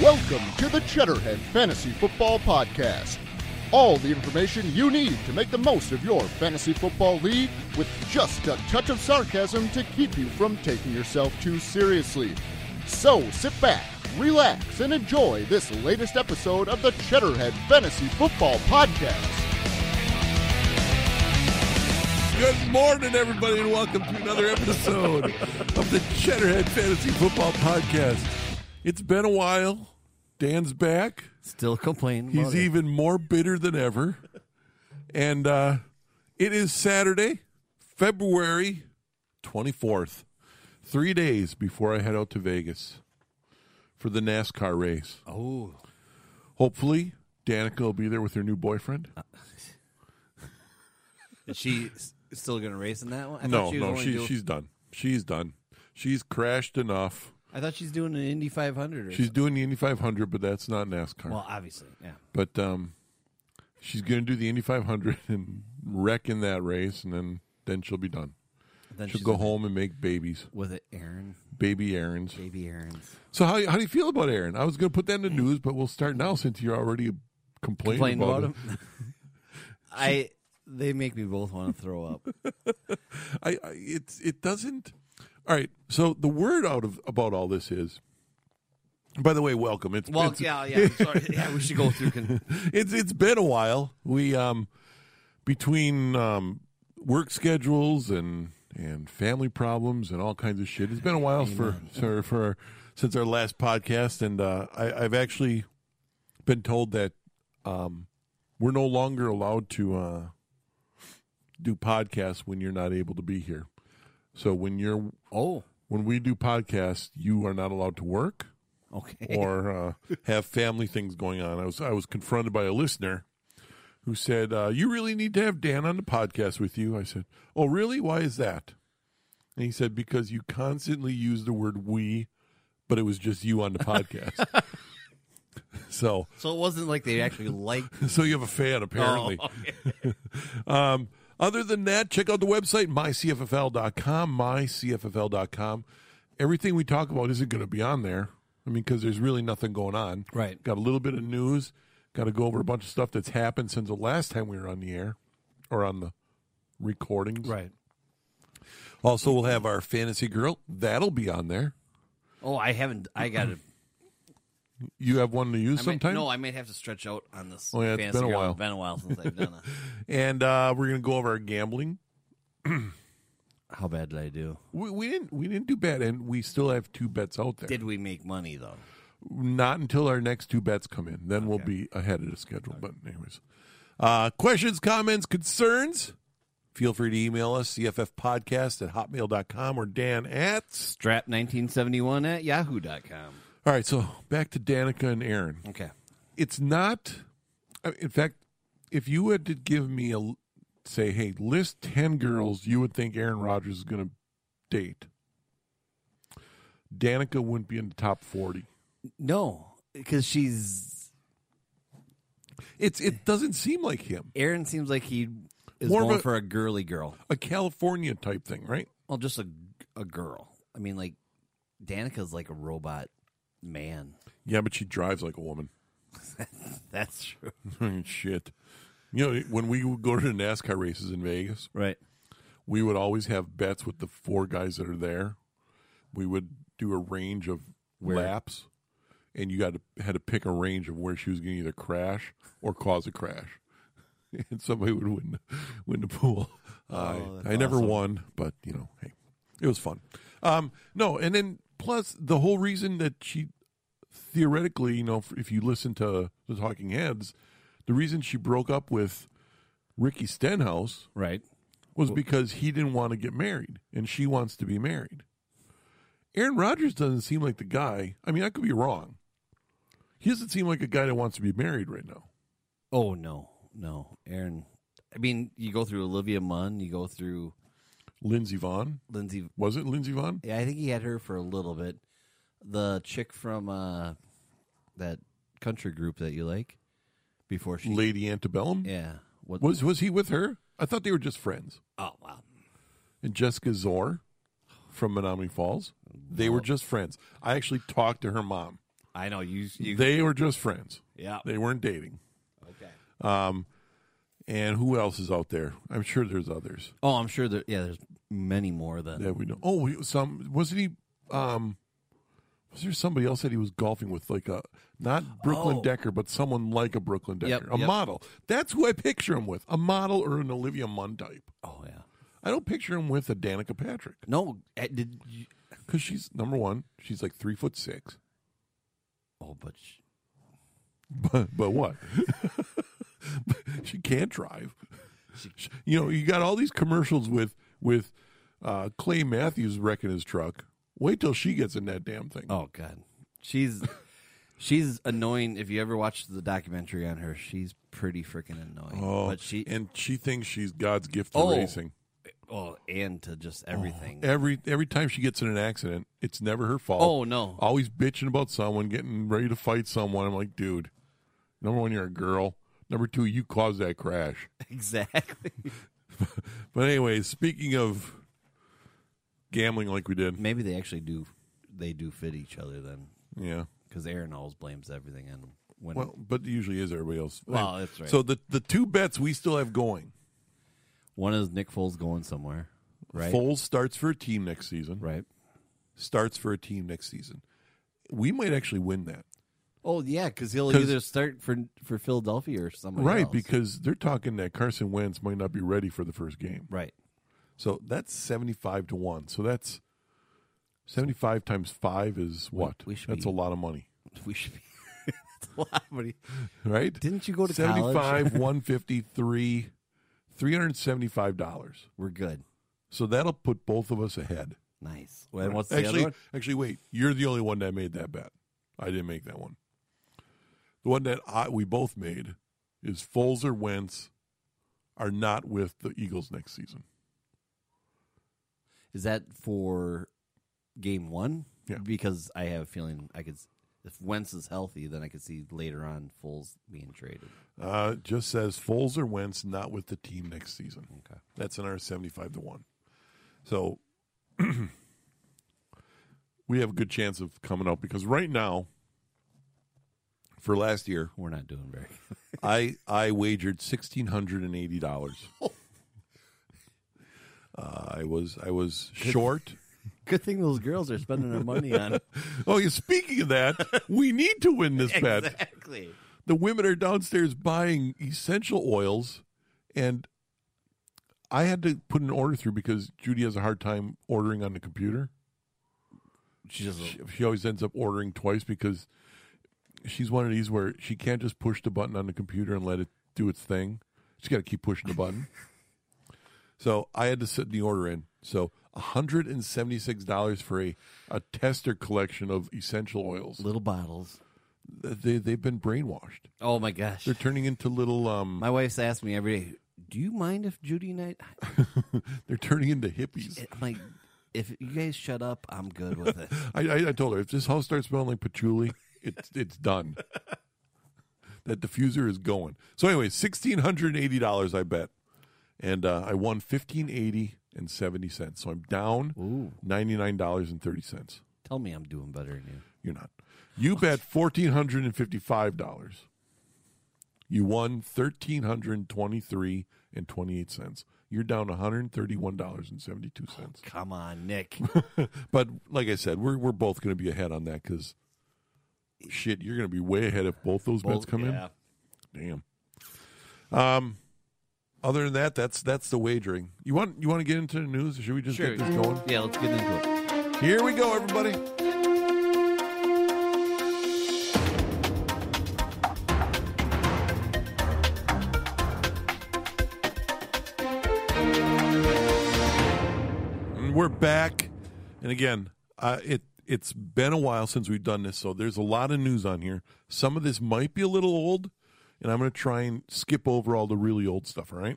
Welcome to the Cheddarhead Fantasy Football Podcast. All the information you need to make the most of your fantasy football league with just a touch of sarcasm to keep you from taking yourself too seriously. So sit back, relax, and enjoy this latest episode of the Cheddarhead Fantasy Football Podcast. Good morning, everybody, and welcome to another episode of the Cheddarhead Fantasy Football Podcast. It's been a while. Dan's back. Still complaining. He's about it. even more bitter than ever. And uh, it is Saturday, February 24th, three days before I head out to Vegas for the NASCAR race. Oh, Hopefully, Danica will be there with her new boyfriend. is she s- still going to race in that one? I no, thought she was no, only she, doing- she's done. She's done. She's crashed enough. I thought she's doing an Indy 500. Or She's doing the Indy 500, but that's not NASCAR. something. well, obviously, yeah. but um, she's going to do the Indy 500 and wreck in that race, and then then she'll be done. Then She'll she's go home and make babies, with it, Aaron, baby errands. baby Aaron's So how how do you feel about Aaron? I was going to put that in the news, but we'll start now since you're already complaining playing about, about it. him. I they make me both want to throw up. I, I it's it doesn't. All right. So the word out of about all this is. By the way, welcome. It's Well, it's, yeah, yeah. I'm Sorry, yeah. We should go through. Con- it's it's been a while. We um between um work schedules and and family problems and all kinds of shit. It's been a while for for, for since our last podcast, and uh, I, I've actually been told that um we're no longer allowed to uh do podcasts when you're not able to be here. So when you're oh, when we do podcasts, you are not allowed to work okay. or uh, have family things going on. I was I was confronted by a listener who said, uh, "You really need to have Dan on the podcast with you." I said, "Oh, really? Why is that?" And he said, "Because you constantly use the word we, but it was just you on the podcast." so, so it wasn't like they actually liked. so you have a fan apparently. Oh, okay. Um, other than that, check out the website, mycffl.com, mycffl.com. Everything we talk about isn't going to be on there. I mean, because there's really nothing going on. Right. Got a little bit of news. Got to go over a bunch of stuff that's happened since the last time we were on the air or on the recordings. Right. Also, we'll have our fantasy girl. That'll be on there. Oh, I haven't. I got to You have one to use I might- sometime? No, I might have to stretch out on this. Oh, yeah, it's fantasy been a ground. while. Been a while since I've done And uh, we're going to go over our gambling. a. How bad did I do? We, we didn't we didn't do bad, and we still have two bets out there. Did we make money though? not until our next two bets come in. Then we'll be ahead of the schedule. But anyways, uh, questions, comments, concerns, feel free to email us, cffpodcast at hotmail.com or dan at. Strap1971 at yahoo.com. All right, so back to Danica and Aaron. Okay. It's not, I- in fact, if you had to give me a, l- say, hey, list 10 girls you would think Aaron Rodgers is going to date, Danica wouldn't be in the top 40. No, because she's. It's It doesn't seem like him. Aaron seems like he is More of going a- for a girly girl. A California type thing, right? Well, just a, a girl. I mean, like, Danica's like a robot man. Yeah, but she drives like a woman. That's true. Shit. You know, when we would go to the NASCAR races in Vegas, Right. we would always have bets with the four guys that are there. We would do a range of Where- laps, and you got to had to pick a range of where she was going to either crash or cause a crash, and somebody would win win the pool. I Oh, that's I never won, but you know, hey, it was fun. Um, no, and then plus the whole reason that she theoretically, you know, if- if you listen to the Talking Heads, the reason she broke up with Ricky Stenhouse Right. was because he didn't want to get married and she wants to be married. Aaron Rodgers doesn't seem like the guy. I mean, I could be wrong. He doesn't seem like a guy that wants to be married right now. Oh, no. No. Aaron. I mean, you go through Olivia Munn, you go through Lindsey Vaughn Lindsay was it Lindsey Vaughn? Yeah, I think he had her for a little bit. The chick from uh, that country group that you like before she. Lady Antebellum Yeah. What? was was he with her? I thought they were just friends. Oh, wow. And Jessica Zor from Menominee Falls, they were just friends. I actually talked to her mom. I know you. you They were just friends. yeah. They weren't dating. Um, Okay. And who else is out there? I'm sure there's others Oh, I'm sure there. Yeah, there's many more than that we know. Oh, he- some wasn't he? Um, was there somebody else that he was golfing with, like a not Brooklyn Oh. Decker, but someone like a Brooklyn Yep, Decker, a yep. model? That's who I picture him with, a model or an Olivia Munn type. Oh yeah. I don't picture him with a Danica Patrick No, eh, did you, because she's number one. She's like three foot six. oh, but sh- But but what? she can't drive. She- you know, you got all these commercials with with uh, Clay Matthews wrecking his truck. Wait till she gets in that damn thing. oh god, she's she's annoying. If you ever watch the documentary on her, she's pretty freaking annoying. Oh, but she and she thinks she's God's gift to Oh. racing. oh, and to just everything. Every every time she gets in an accident, it's never her fault. Oh, no. Always bitching about someone, getting ready to fight someone. I'm like, dude, number one, you're a girl. Number two, you caused that crash. Exactly. But anyway, speaking of gambling, like we did, Maybe they actually do. They do fit each other then, yeah. because Aaron always blames everything on when. Well, but usually is everybody else. Well, that's right. So the the two bets we still have going. One is Nick Foles going somewhere, right? Foles starts for a team next season. Right. Starts for a team next season. We might actually win that. Oh yeah, because he'll 'Cause- either start for for Philadelphia or somewhere. Right, else. because they're talking that Carson Wentz might not be ready for the first game. right. So that's 75 to 1. So that's 75 times 5 is what? we should that's be- a lot of money, We should be. That's a lot of money. right? Didn't you go to 75 college? 153 $375. We're good. So that'll put both of us ahead. Nice. Well, and what's the actually, other one? actually, wait. You're the only one that made that bet. I didn't make that one. The one that I, we both made is Foles or Wentz are not with the Eagles next season. Is that for game one? Yeah. Because I have a feeling I could, s- if Wentz is healthy, then I could see later on Foles being traded. Uh, it just says Foles or Wentz not with the team next season. Okay. That's in our seventy-five to one. So we have a good chance of coming up because right now, for last year, We're not doing very. I I wagered sixteen hundred and eighty dollars. Uh, I was I was short. Good thing those girls are spending their money on Oh, yeah, speaking of that, we need to win this bet. exactly. The women are downstairs buying essential oils, and I had to put an order through because Judy has a hard time ordering on the computer. She just She, she always ends up ordering twice because she's one of these where she can't just push the button on the computer and let it do its thing. She's got to keep pushing the button. so I had to set the order in. So $176 for a, a tester collection of essential oils. little bottles. They, they've been brainwashed. Oh my gosh. They're turning into little, um, My wife's asked me every day, "Do you mind if Judy and I?" they're turning into hippies. I'm like, "If you guys shut up, I'm good with it." I, I, I told her if this house starts smelling like patchouli, it's, it's done. that diffuser is going. So anyway, sixteen hundred and eighty dollars I bet, and uh, I won fifteen eighty and seventy cents. So I'm down Ooh. ninety nine dollars and thirty cents. Tell me I'm doing better than you. You're not. You bet fourteen hundred and fifty five dollars. You won thirteen hundred and twenty three and twenty eight cents. You're down one hundred and thirty one dollars and seventy two cents. Come on, Nick. But like I said, we're we're both going to be ahead on that because shit, you're going to be way ahead if both those bets come in. Yeah. Damn. Um. Other than that, that's that's the wagering. You want you want to get into the news? Or should we just Sure. get this going? Yeah, let's get into it. Here we go, everybody. And we're back, and again, uh, it it's been a while since we've done this, so there's a lot of news on here. Some of this might be a little old, and I'm going to try and skip over all the really old stuff. All right.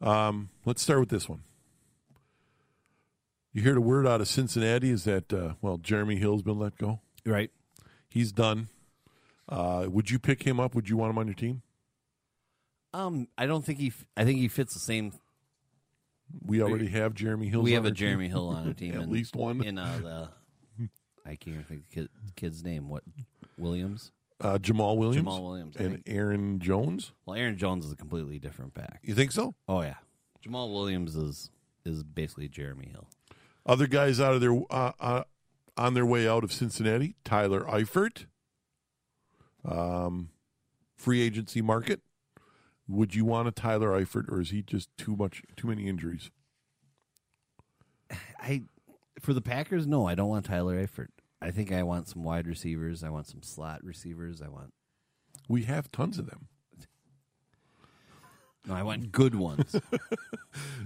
Um, let's start with this one. You hear the word out of Cincinnati is that uh, well, Jeremy Hill's been let go. Right. He's done. Uh, would you pick him up? Would you want him on your team? Um, I don't think he. F- I think he fits the same. We already have Jeremy Hill. we have a Jeremy Hill on our team. At in- least one. in uh, the I can't even think of the kid, kid's name. What Williams? Uh, Jamal Williams, Jamal Williams. I and think. Aaron Jones. Well, Aaron Jones is a completely different back. You think so? Oh yeah, Jamal Williams is is basically Jeremy Hill. Other guys out of their uh, uh, on their way out of Cincinnati: Tyler Eifert, um, free agency market. Would you want a Tyler Eifert, or is he just too much, too many injuries? I for the Packers, no, I don't want Tyler Eifert. I think I want some wide receivers. I want some slot receivers. I want We have tons of them. no, I want good ones.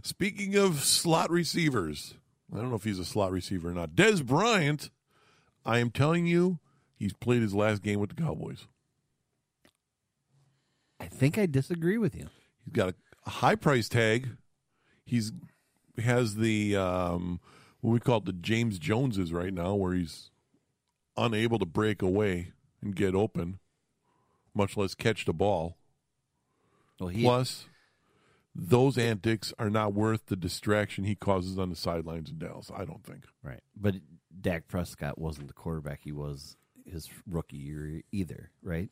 Speaking of slot receivers, I don't know if he's a slot receiver or not. Des Bryant, I am telling you, he's played his last game with the Cowboys. I think I disagree with you. He's got a high price tag. He's has the um, what we call it the James Joneses right now, where he's unable to break away and get open, much less catch the ball. Well, he Plus, those antics are not worth the distraction he causes on the sidelines in Dallas. I don't think. right, but Dak Prescott wasn't the quarterback he was his rookie year either, right?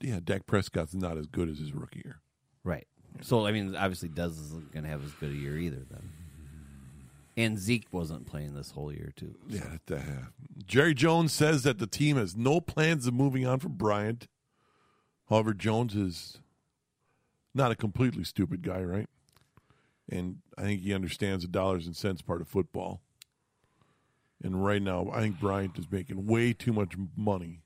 yeah, Dak Prescott's not as good as his rookie year. Right. So I mean, obviously, Des isn't going to have as good a year either then. And Zeke wasn't playing this whole year too. Yeah, that, uh, Jerry Jones says that the team has no plans of moving on from Bryant. However, Jones is not a completely stupid guy, right? And I think he understands the dollars and cents part of football. And right now, I think Bryant is making way too much money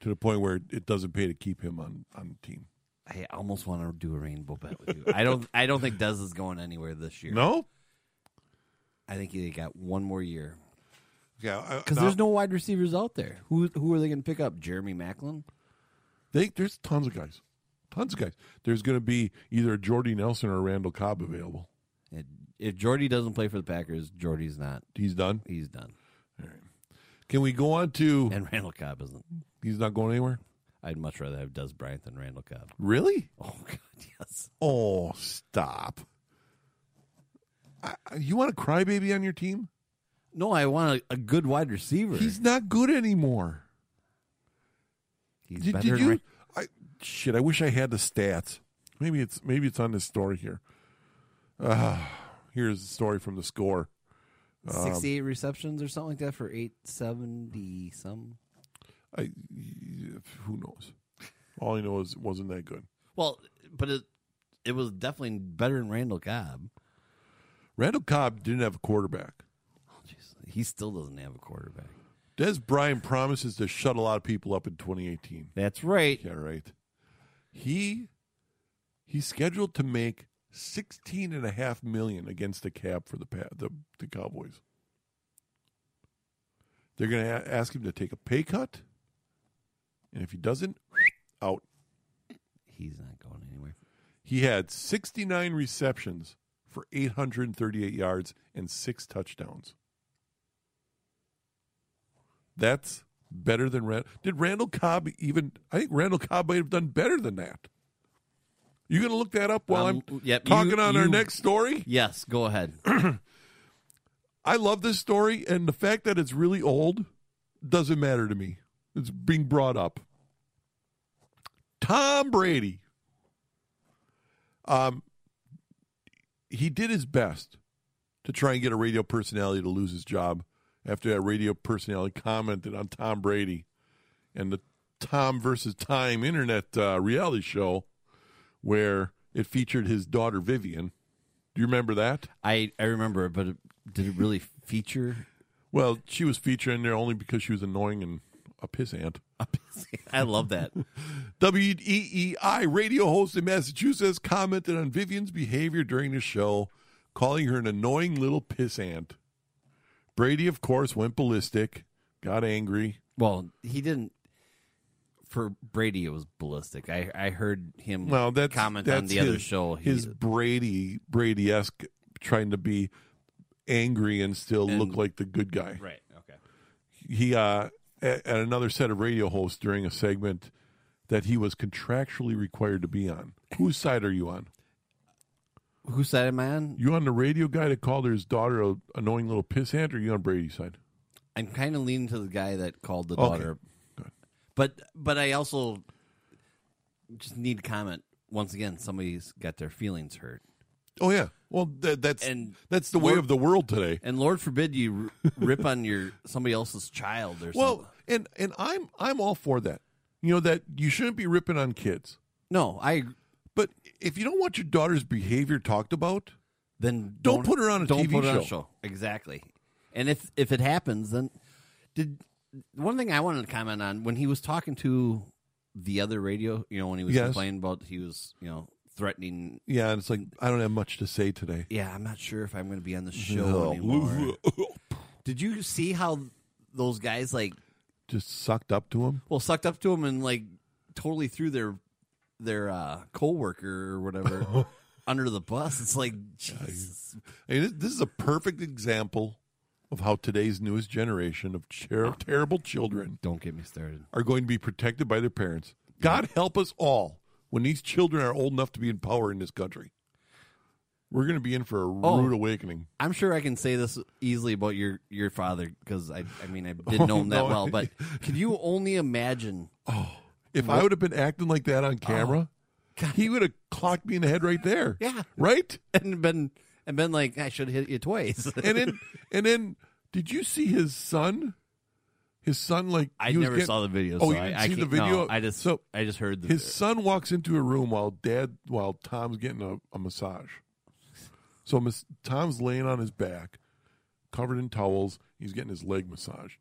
to the point where it doesn't pay to keep him on, on the team. I almost want to do a rainbow bet with you. I don't. I don't think Des is going anywhere this year. No? I think he got one more year Yeah. because there's no wide receivers out there. Who who are they going to pick up? Jeremy Macklin. They, there's tons of guys, tons of guys. There's going to be either a Jordy Nelson or a Randall Cobb available. And if Jordy doesn't play for the Packers, Jordy's not. He's done. He's done. Can we go on to? And Randall Cobb isn't. He's not going anywhere. I'd much rather have Des Bryant than Randall Cobb. Really? Oh God, yes. Oh, stop! I, I- you want a crybaby on your team? No, I want a, a good wide receiver. He's not good anymore. He's Did, better did than you? Ran- I, shit! I wish I had the stats. Maybe it's maybe it's on this story here. Ah, here's the story from the score. 68 receptions or something like that for 870 some. I, who knows? All I know is it wasn't that good. Well, but it it was definitely better than Randall Cobb. Randall Cobb didn't have a quarterback. Oh, jeez. He still doesn't have a quarterback. Des Bryant promises to shut a lot of people up in 2018. That's right. Yeah, right. He he's scheduled to make 16 and a half million against the cap for the Pa- the, the Cowboys. They're going to ask him to take a pay cut, and if he doesn't, out. He's not going anywhere. He had 69 receptions for 838 yards and six touchdowns. That's better than Rand. Did Randall Cobb even? I think Randall Cobb might have done better than that. You gonna look that up while Um, I'm yep, you- talking on our you- next story? Yes, go ahead. I love this story, and the fact that it's really old doesn't matter to me. It's being brought up. Tom Brady. Um, he did his best to try and get a radio personality to lose his job after that radio personality commented on Tom Brady and the Tom versus Time internet uh, reality show where it featured his daughter Vivian. Do you remember that? I, I remember, but it, did it really feature? Well, she was featured in there only because she was annoying and a piss ant. I love that. WEEI E radio host in Massachusetts commented on Vivian's behavior during the show, calling her an annoying little piss ant. Brady, of course, went ballistic, got angry. Well, he didn't. For Brady, it was ballistic. I, I heard him Well, that's comment that's on the his, other show. He- His Brady Brady esque trying to be angry and still look like the good guy. right. Okay. he uh, at, at another set of radio hosts during a segment that he was contractually required to be on. Whose side are you on? Who said it, man? You on the radio guy that called his daughter a annoying little pissant, or you on Brady's side? I'm kind of leaning to the guy that called the Okay. daughter, but but I also just need to comment once again. Somebody's got their feelings hurt, Oh yeah. Well, that, that's And that's the way we're- of the world today. and Lord forbid you r- rip on your somebody else's child or Well, something. and and I'm I'm all for that. You know that you shouldn't be ripping on kids. No, I But if you don't want your daughter's behavior talked about, then Don't put her on a don't TV put her on a show. Exactly. And if if it happens, then did one thing I wanted to comment on when he was talking to the other radio, you know, when he was Yes. complaining about he was, you know, threatening. yeah, and it's like I don't have much to say today. Yeah, I'm not sure if I'm going to be on the show anymore. Did you see how those guys like Just sucked up to him. well sucked up to him and like totally threw their their uh coworker or whatever under the bus? It's like Jesus. I mean, this, this is a perfect example of how today's newest generation of ter- terrible children Don't get me started. are going to be protected by their parents. God help us all when these children are old enough to be in power in this country. We're going to be in for a Oh. rude awakening. I'm sure I can say this easily about your your father because I I mean I didn't know him that Oh, no. well, but can you only imagine? If I would have been acting like that on camera, he would have clocked me in the head right there. Oh. Yeah. Right? And been and been like I should hit you twice. And then and then did you see his son? His son like I he was never getting- saw the video. Oh, so you didn't I, I see the can't- video? no, I just So, I just heard the His son walks into a room while dad while Tom's getting a, a massage. So mas- Tom's laying on his back, covered in towels. He's getting his leg massaged,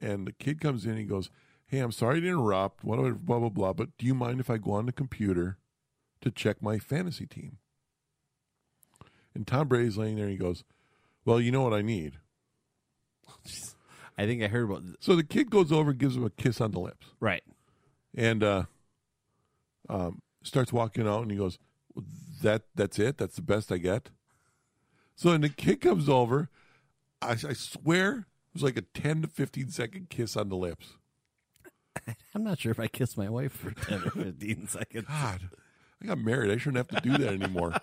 and the kid comes in. He goes, "Hey, I'm sorry to interrupt. Whatever, blah blah blah. But do you mind if I go on the computer to check my fantasy team?" And Tom Brady's laying there. and He goes, "Well, you know what I need." I think I heard about So the kid goes over and gives him a kiss on the lips. right. and uh, um, starts walking out, and he goes, "That that's it. That's the best I get." So then the kid comes over. I, I swear it was like a ten to fifteen second kiss on the lips. I'm not sure if I kissed my wife for 10 or 15 seconds. God, I got married. I shouldn't have to do that anymore.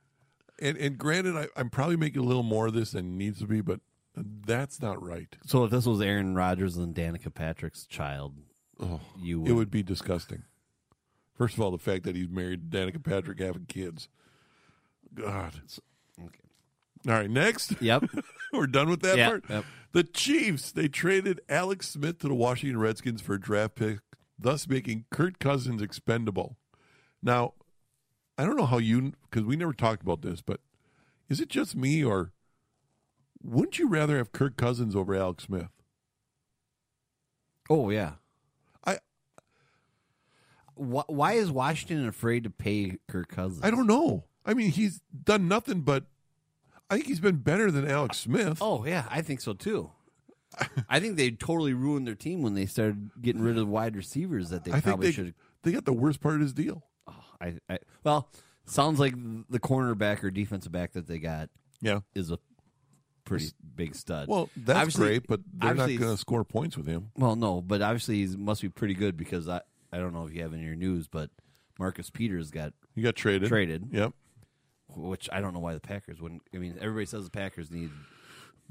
and and granted, I, I'm probably making a little more of this than it needs to be, but that's not right. So if this was Aaron Rodgers and Danica Patrick's child, you would, It would be disgusting. First of all, the fact that he's married to Danica Patrick having kids. God. All right, next. Yep. We're done with that Yeah, part. yep. The Chiefs, they traded Alex Smith to the Washington Redskins for a draft pick, thus making Kurt Cousins expendable. Now, I don't know how you, because we never talked about this, but is it just me or wouldn't you rather have Kirk Cousins over Alex Smith? Oh yeah. I- Why, why is Washington afraid to pay Kirk Cousins? I don't know. I mean, he's done nothing but. I think he's been better than Alex Smith. Oh yeah, I think so too. I think they totally ruined their team when they started getting rid of wide receivers that they I think probably they should. they got the worst part of his deal. Oh, I, I well, sounds like the cornerback or defensive back that they got Yeah. is a pretty big stud. Well, that's Obviously- great, but they're not obviously- going to score points with him. Well, no, but obviously he must be pretty good because I I don't know if you have in your news, but Marcus Peters got He got traded. Traded. Yep. which I don't know why the Packers wouldn't. I mean, everybody says the Packers need.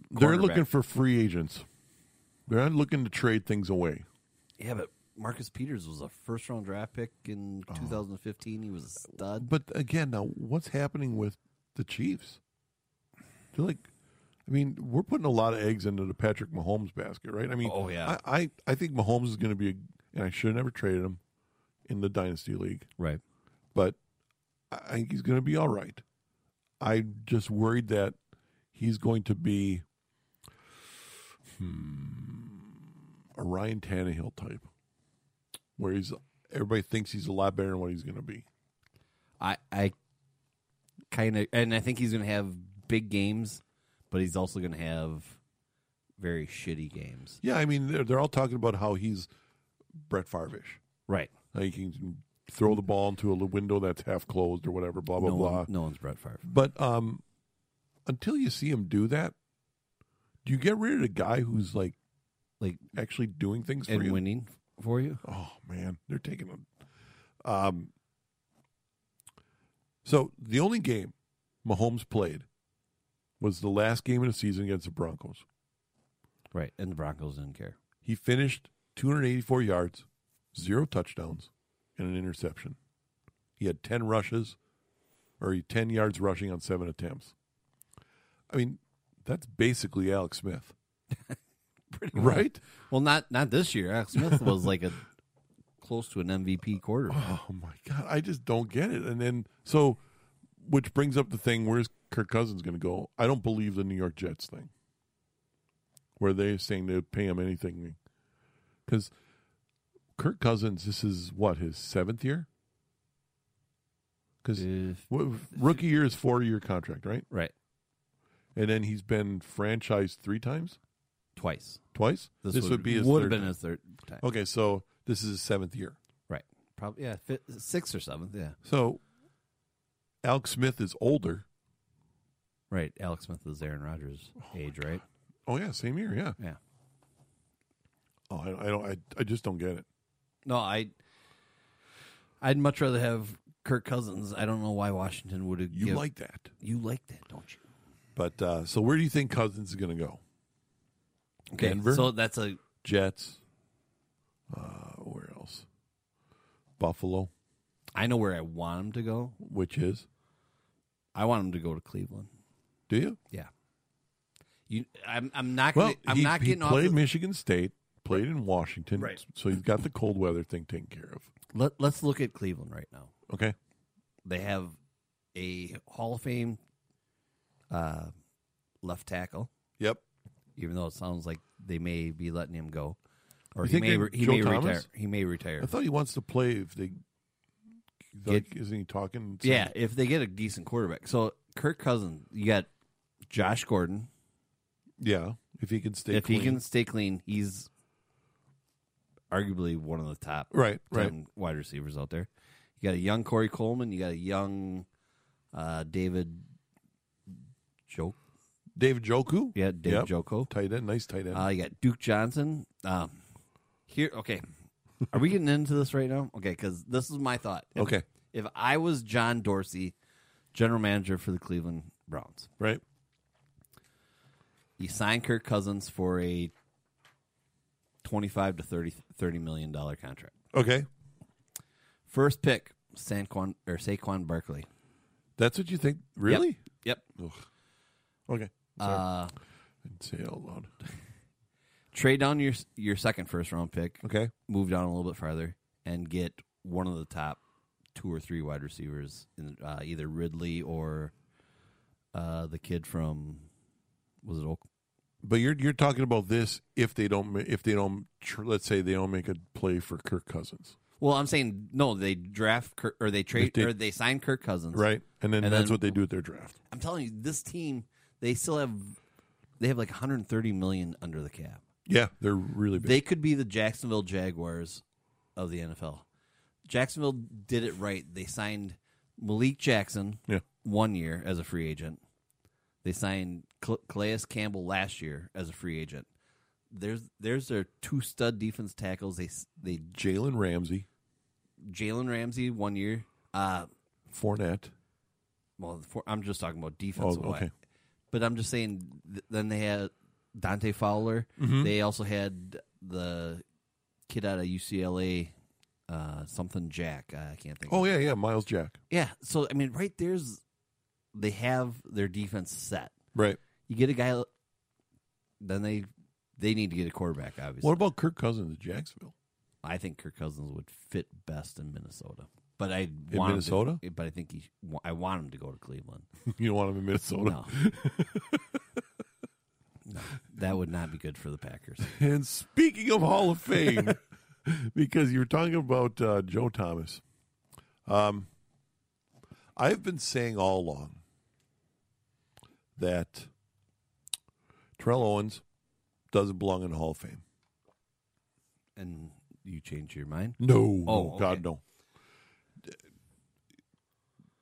They're cornerback. looking for free agents. They're not looking to trade things away. Yeah, but Marcus Peters was a first round draft pick in Oh. 2015. He was a stud. But again, now what's happening with the Chiefs? They're like, I mean, we're putting a lot of eggs into the Patrick Mahomes basket, right? I mean, Oh, yeah. I I, I think Mahomes is going to be, a, and I should have never traded him in the dynasty league. Right. but I I think he's going to be all right. I'm just worried that he's going to be hmm, a Ryan Tannehill type, where he's everybody thinks he's a lot better than what he's going to be. I I kind of and I think he's going to have big games, but he's also going to have very shitty games. Yeah, I mean they're, they're all talking about how he's Brett Favre-ish. Right. How he can throw the ball into a window that's half closed or whatever. Blah blah no, blah. One, no one's Brett Favre. But um, until you see him do that, do you get rid of the guy who's like Like actually doing things for and you? winning for you. Oh man, they're taking them. Um. So the only game Mahomes played was the last game of the season against the Broncos. Right. And the Broncos didn't care. He finished 284 yards, zero touchdowns, and an interception. He had 10 rushes, or he 10 yards rushing on seven attempts. I mean, that's basically Alex Smith, Pretty much. right? Well, not not this year. Alex Smith was like a close to an MVP quarterback. Oh my god, I just don't get it. And then so, which brings up the thing: where's Kirk Cousins going to go? I don't believe the New York Jets thing, where they're saying they'd pay him anything, because Kirk Cousins, this is what his seventh year, because If- rookie year is four year contract, right? right. And then he's been franchised three times, Twice. twice. This, would, be his third would have been time. his third time. okay. So this is his seventh year. Right. Probably yeah, fifth, sixth or seventh. Yeah. So Alex Smith is older. Right. Alex Smith is Aaron Rodgers' age, right? Oh yeah, same year. Yeah. Yeah. Oh, I, I don't. I, I just don't get it. No, I. I'd much rather have Kirk Cousins. I don't know why Washington would have. You like that, you like that, don't you? but uh, so where do you think Cousins is going to go? Okay, Denver? so that's a Jets. Uh, where else? Buffalo, I know where I want him to go. which is I want him to go to Cleveland. do you? Yeah. You, I'm, I'm not. Well, Gonna, I'm he, not he getting off. played the- Michigan State, played in Washington, Right. so he's got the cold weather thing taken care of. Let, let's look at Cleveland right now. Okay, They have a Hall of Fame uh, left tackle, yep. even though it sounds like they may be letting him go, or You he think may they- re- he Joe may retire. Thomas? He may retire. I thought he wants to play. If they, Get- like, isn't he talking? Yeah, if they get a decent quarterback. So Kirk Cousins, you got Josh Gordon. yeah. If he can stay, if clean. he can stay clean, he's arguably one of the top right, right. 10 wide receivers out there. You got a young Corey Coleman. You got a young uh, David Joke. David Joku, Yeah, David Yep. Joko. tight end, nice tight end. Uh, you got Duke Johnson. Um, here, okay. Are we getting into this right now? Okay, because this is my thought. If- okay, If I was John Dorsey, general manager for the Cleveland Browns, right. you sign Kirk Cousins for a 25 to 30 30 million dollar contract. Okay. First pick, Sanquan or Saquon Barkley. That's what you think? Really? Yep. Okay. Sorry. Uh, I didn't say it out loud. trade down your your second first round pick, Okay. move down a little bit farther and get one of the top two or three wide receivers in uh, either Ridley or uh, the kid from was it Oak? But you're you're talking about this if they don't ma- if they don't tr- let's say they don't make a play for Kirk Cousins, Well, I'm saying no, they draft Kirk, or they trade They- or they sign Kirk Cousins. right? And then And that's then- what they do at their draft. I'm telling you, this team they still have they have like 130 million under the cap. Yeah, they're really big. They could be the Jacksonville Jaguars of the NFL. Jacksonville did it right. They signed Malik Jackson yeah. one year as a free agent. They signed Cl- Calais Campbell last year as a free agent. There's there's their two stud defense tackles. They s- they Jalen Ramsey, Jalen Ramsey one year. Uh, Fournette. well, for, I'm just talking about defense. Oh, okay. But I'm just saying. Th- then they had Dante Fowler. Mm-hmm. They also had the kid out of UCLA, uh, something Jack. I can't think. Oh of. yeah, yeah. Miles Jack. yeah. So I mean, right there's they have their defense set. Right. You get a guy, then they they need to get a quarterback. Obviously, What about Kirk Cousins at Jacksonville? I think Kirk Cousins would fit best in Minnesota. But I want him to- eh, Minnesota? but I think he. I want him to go to Cleveland. you don't want him in Minnesota. No. no, that would not be good for the Packers. And speaking of Hall of Fame, because you were talking about uh, Joe Thomas, um, I've been saying all along that Terrell Owens doesn't belong in the Hall of Fame. And you change your mind? No, Oh, no, okay. God, no.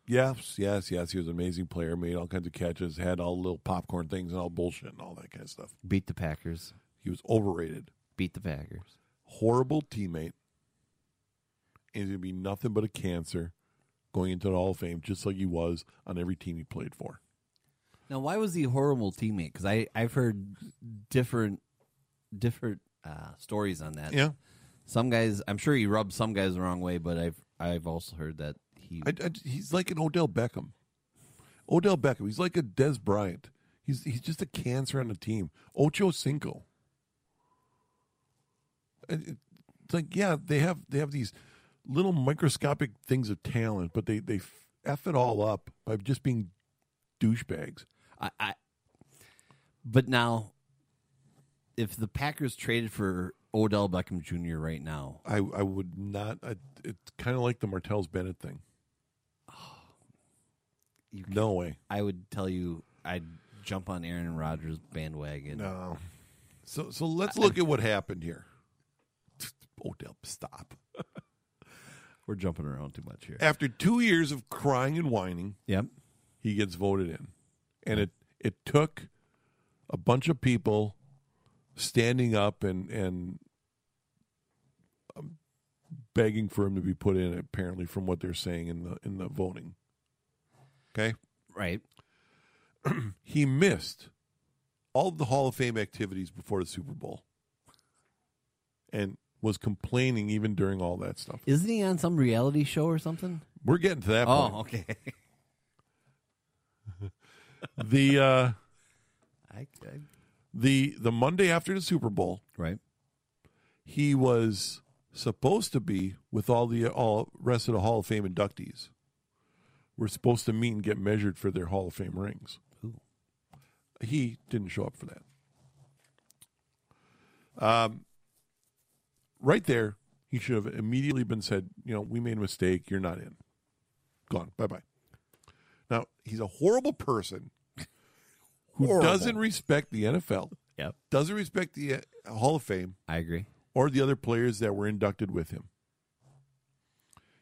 Yes, yes, yes. He was an amazing player. Made all kinds of catches. Had all little popcorn things and all bullshit and all that kind of stuff. Beat the Packers. He was overrated. Beat the Packers. horrible teammate. He's gonna be nothing but a cancer going into the Hall of Fame, just like he was on every team he played for. Now, why was he a horrible teammate? Because I I've heard different different uh, stories on that. Yeah, Some guys, I'm sure he rubbed some guys the wrong way, but I've I've also heard that he. I, I, he's like an Odell Beckham. Odell Beckham. He's like a Des Bryant. He's he's just a cancer on the team. Ocho Cinco. And it- It's like yeah, they have they have these little microscopic things of talent, but they they f it all up by just being douchebags. I, I but now, if the Packers traded for Odell Beckham Jr. right now, I I would not. I, it's kind of like the Martell's Bennett thing. you No way. I would tell you I'd jump on Aaron Rodgers' bandwagon. No. So so let's look at what happened here. Odell, stop. We're jumping around too much here. After two years of crying and whining, Yep. he gets voted in. And it it took a bunch of people standing up and and um, begging for him to be put in apparently from what they're saying in the in the voting. Okay? Right. He missed all of the Hall of Fame activities before the Super Bowl. And was complaining even during all that stuff. Isn't he on some reality show or something? We're getting to that Oh, point. okay. The uh I, I, the the Monday after the Super Bowl, right. he was supposed to be with all the all rest of the Hall of Fame inductees. We're supposed to meet and get measured for their Hall of Fame rings. Ooh. He didn't show up for that. Um, right there, he should have immediately been said, you know, we made a mistake. You're not in. Gone. Bye bye. Now he's a horrible person who Horrible. doesn't respect the NFL, Yep. doesn't respect the uh, Hall of Fame I agree. or the other players that were inducted with him.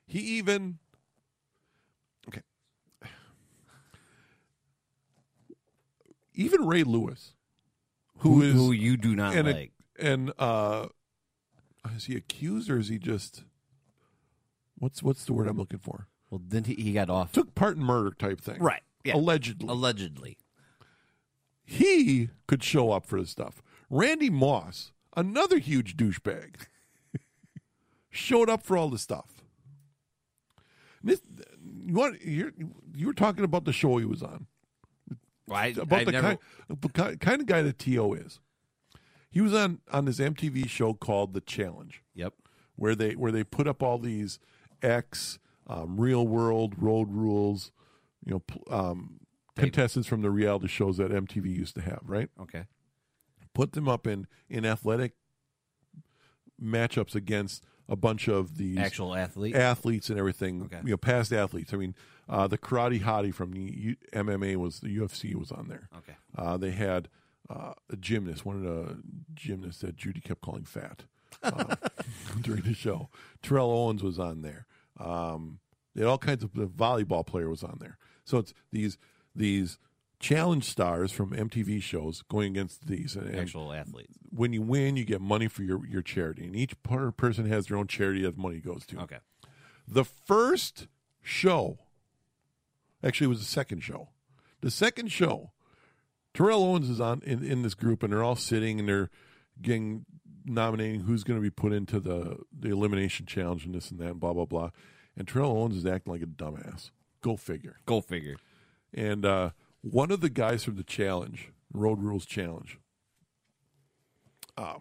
He even okay. Even Ray Lewis, who is who you do not and a- like? and uh, is he accused or is he just what's what's the word I'm looking for? well, then he, he got off. Took part in murder type thing, Right, yeah. Allegedly, Allegedly. he could show up for this stuff. Randy Moss, another huge douchebag, showed up for all this stuff. This, you, want, you're, you were talking about the show he was on, Well, I, about I the never. kind, the ki- kind of guy that To is. He was on on this MTV show called The Challenge, Yep. where they where they put up all these X um, real world road rules, you know, pl- um, contestants from the reality shows that MTV used to have, right? Okay. put them up in in athletic matchups against a bunch of these Actual athlete. athletes and everything. Okay. You know, past athletes. I mean, uh, the karate hottie from the U- MMA was the UFC was on there. okay. Uh, they had uh, a gymnast, one of the gymnasts that Judy kept calling fat uh, during the show. Terrell Owens was on there. Um, they had all kinds of the volleyball player was on there. So it's these these challenge stars from MTV shows going against these and, and Actual athlete. when you win, you get money for your, your charity, and each per person has their own charity that money goes to. Okay. The first show, actually, it was the second show. The second show, Terrell Owens is on in, in this group, and they're all sitting and they're getting nominating who's going to be put into the the elimination challenge and this and that, and blah blah blah. And Terrell Owens is acting like a dumbass. Go figure. Go figure. And uh, one of the guys from the challenge, Road Rules Challenge, uh,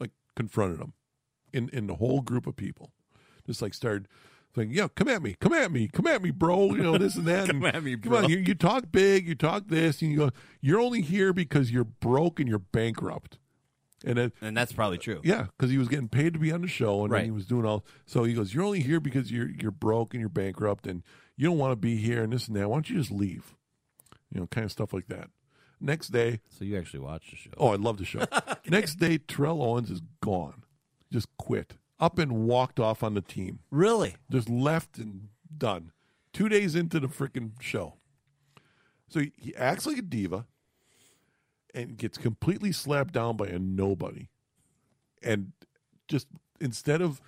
like confronted him in, in the whole group of people. Just like started saying, yeah, come at me, come at me, come at me, bro. You know, this and that. Come and, at me, Come bro." on, you, you talk big, you talk this, and you go, you're only here because you're broke and you're bankrupt. And it, And that's probably true. yeah, because he was getting paid to be on the show, and Right. then he was doing all. So he goes, "You're only here because you're you're broke and you're bankrupt, and you don't want to be here, and this and that. Why don't you just leave?" You know, kind of stuff like that. Next day, So you actually watched the show. oh, I love the show. Next day, Terrell Owens is gone, just quit, up and walked off on the team, Really? just left and done. Two days into the freaking show, so he, he acts like a diva, and gets completely slapped down by a nobody and just instead of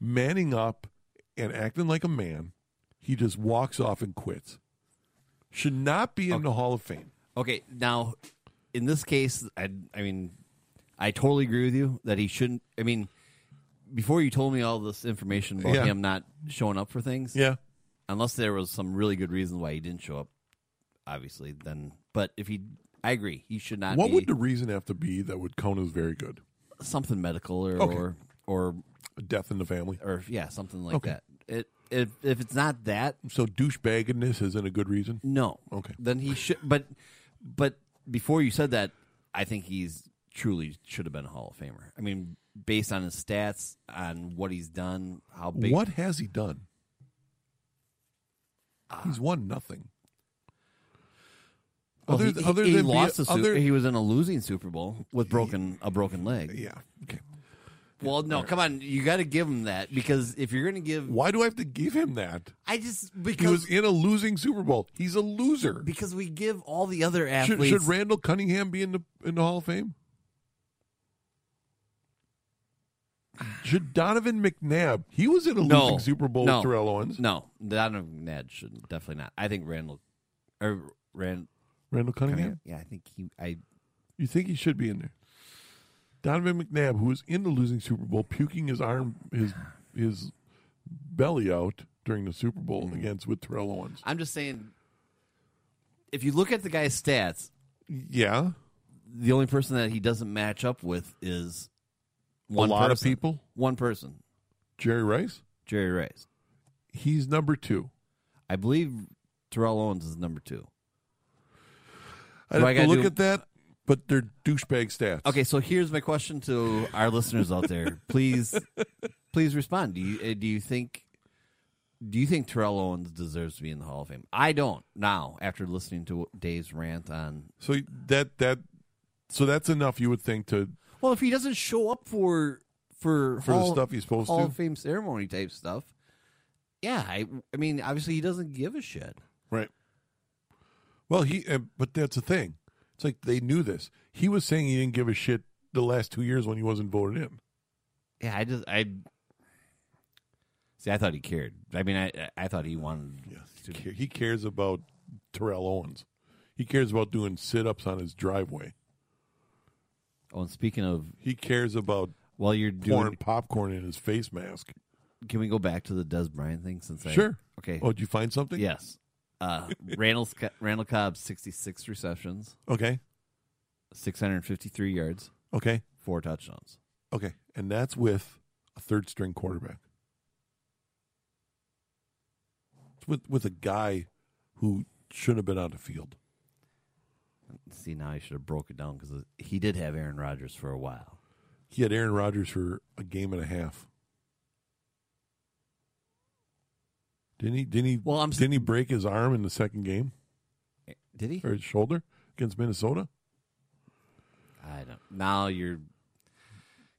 manning up and acting like a man, he just walks off and quits. Should not be in the Hall of Fame. Okay, now in this case, I I mean, I totally agree with you that he shouldn't. I mean, before you told me all this information about Yeah. him not showing up for things, Yeah. unless there was some really good reason why he didn't show up, obviously. Then, but if he, I agree, he should not. What be would the reason have to be that would count as very good? something medical or Okay. or or A death in the family. or yeah, something like Okay. that. It if if it's not that, So douchebaggedness isn't a good reason. no. Okay. Then he should. But but before you said that, I think he's truly should have been a Hall of Famer. I mean, based on his stats, on what he's done, how big. What has he done? He's won nothing. Well, Other he, th- he- other he than be- lost a Su- other- he was in a losing Super Bowl with broken a broken leg. Yeah. Okay. Well, no, come on, you got to give him that because if you're going to give, Why do I have to give him that? I just He was because in a losing Super Bowl. He's a loser. because we give all the other Should, athletes. should Randall Cunningham be in the in the Hall of Fame? Should Donovan McNabb? He was in a no losing Super Bowl no, with Terrell Owens. No, Donovan Ned should definitely not. I think Randall or Rand. Randall Cunningham. Cunningham? Yeah, I think he. I You think he should be in there? Donovan McNabb, who was in the losing Super Bowl, puking his arm, his his belly out during the Super Bowl against with Terrell Owens. I'm just saying. If you look at the guy's stats, Yeah, the only person that he doesn't match up with is one a lot person. of people. One person, Jerry Rice, Jerry Rice. he's number two. I believe Terrell Owens is number two. I'd Do have I to gotta look do- at that, but they're douchebag stats. Okay, so here's my question to our listeners out there. Please, please respond. Do you uh, do you think do you think Terrell Owens deserves to be in the Hall of Fame? I don't now after listening to Dave's rant on. so that that so that's enough. You would think to Well, if he doesn't show up for for for Hall, the stuff he's supposed Hall to. of Fame ceremony type stuff, yeah, I I mean obviously he doesn't give a shit. Right. Well, he, uh, but that's the thing. It's like they knew this. He was saying he didn't give a shit the last two years when he wasn't voted in. Yeah, I just I see. I thought he cared. I mean, I I thought he wanted. He ca- He cares about Terrell Owens. He cares about doing sit ups on his driveway. Oh, and speaking of, He cares about while you're doing pouring popcorn in his face mask. Can we go back to the Des Bryant thing since I Sure. okay Oh, did you find something? yes uh Randall's Co- Randall Cobb sixty six receptions Okay. six hundred fifty three yards Okay. four touchdowns Okay. And that's with a third string quarterback. It's with, with a guy who shouldn't have been on the field. see now I should have broke it down because he did have Aaron Rodgers for a while He had Aaron Rodgers for a game and a half. Didn't he? Didn't he? Well, I'm s- didn't he break his arm in the second game did he or his shoulder against Minnesota? I don't now you're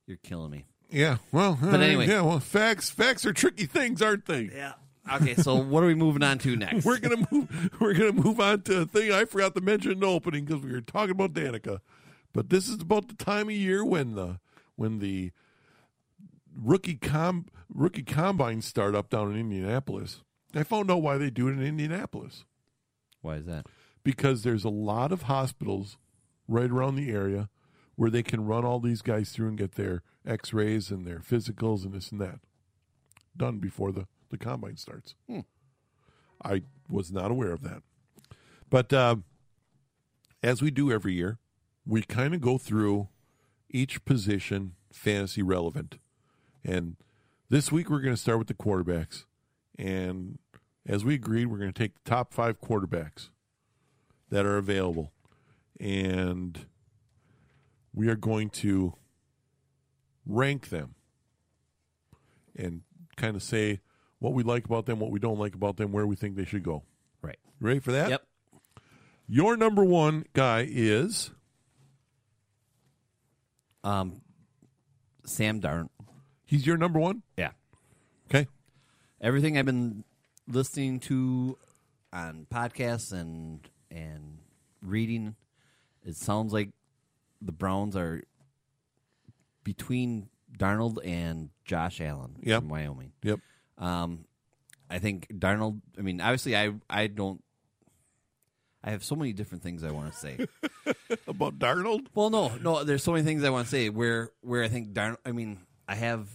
you're killing me Yeah. Well. But anyway. Yeah. Well, facts. Facts are tricky things, aren't they? yeah okay so what are we moving on to next We're gonna move. We're gonna move on to a thing I forgot to mention in the opening because we were talking about Danica, but this is about the time of year when the when the rookie com rookie combines start up down in Indianapolis. I found out why they do it in Indianapolis why is that because there's a lot of hospitals right around the area where they can run all these guys through and get their x-rays and their physicals and this and that done before the, the combine starts i was not aware of that but um as we do every year we kind of go through each position fantasy relevant and this week we're going to start with the quarterbacks and as we agreed we're going to take the top five quarterbacks that are available. And we are going to rank them and kind of say what we like about them, what we don't like about them, where we think they should go. right You ready for that? yep Your number one guy is um Sam Darn he's your number one. yeah Okay. everything I've been listening to on podcasts and and reading, it sounds like the Browns are between Darnold and Josh Allen Yep. from Wyoming. Yep. Um, I think Darnold. I mean, obviously, I I don't. I have so many different things I want to say. About Darnold? well, no, no. There's so many things I want to say. Where where I think Darnold. I mean, I have.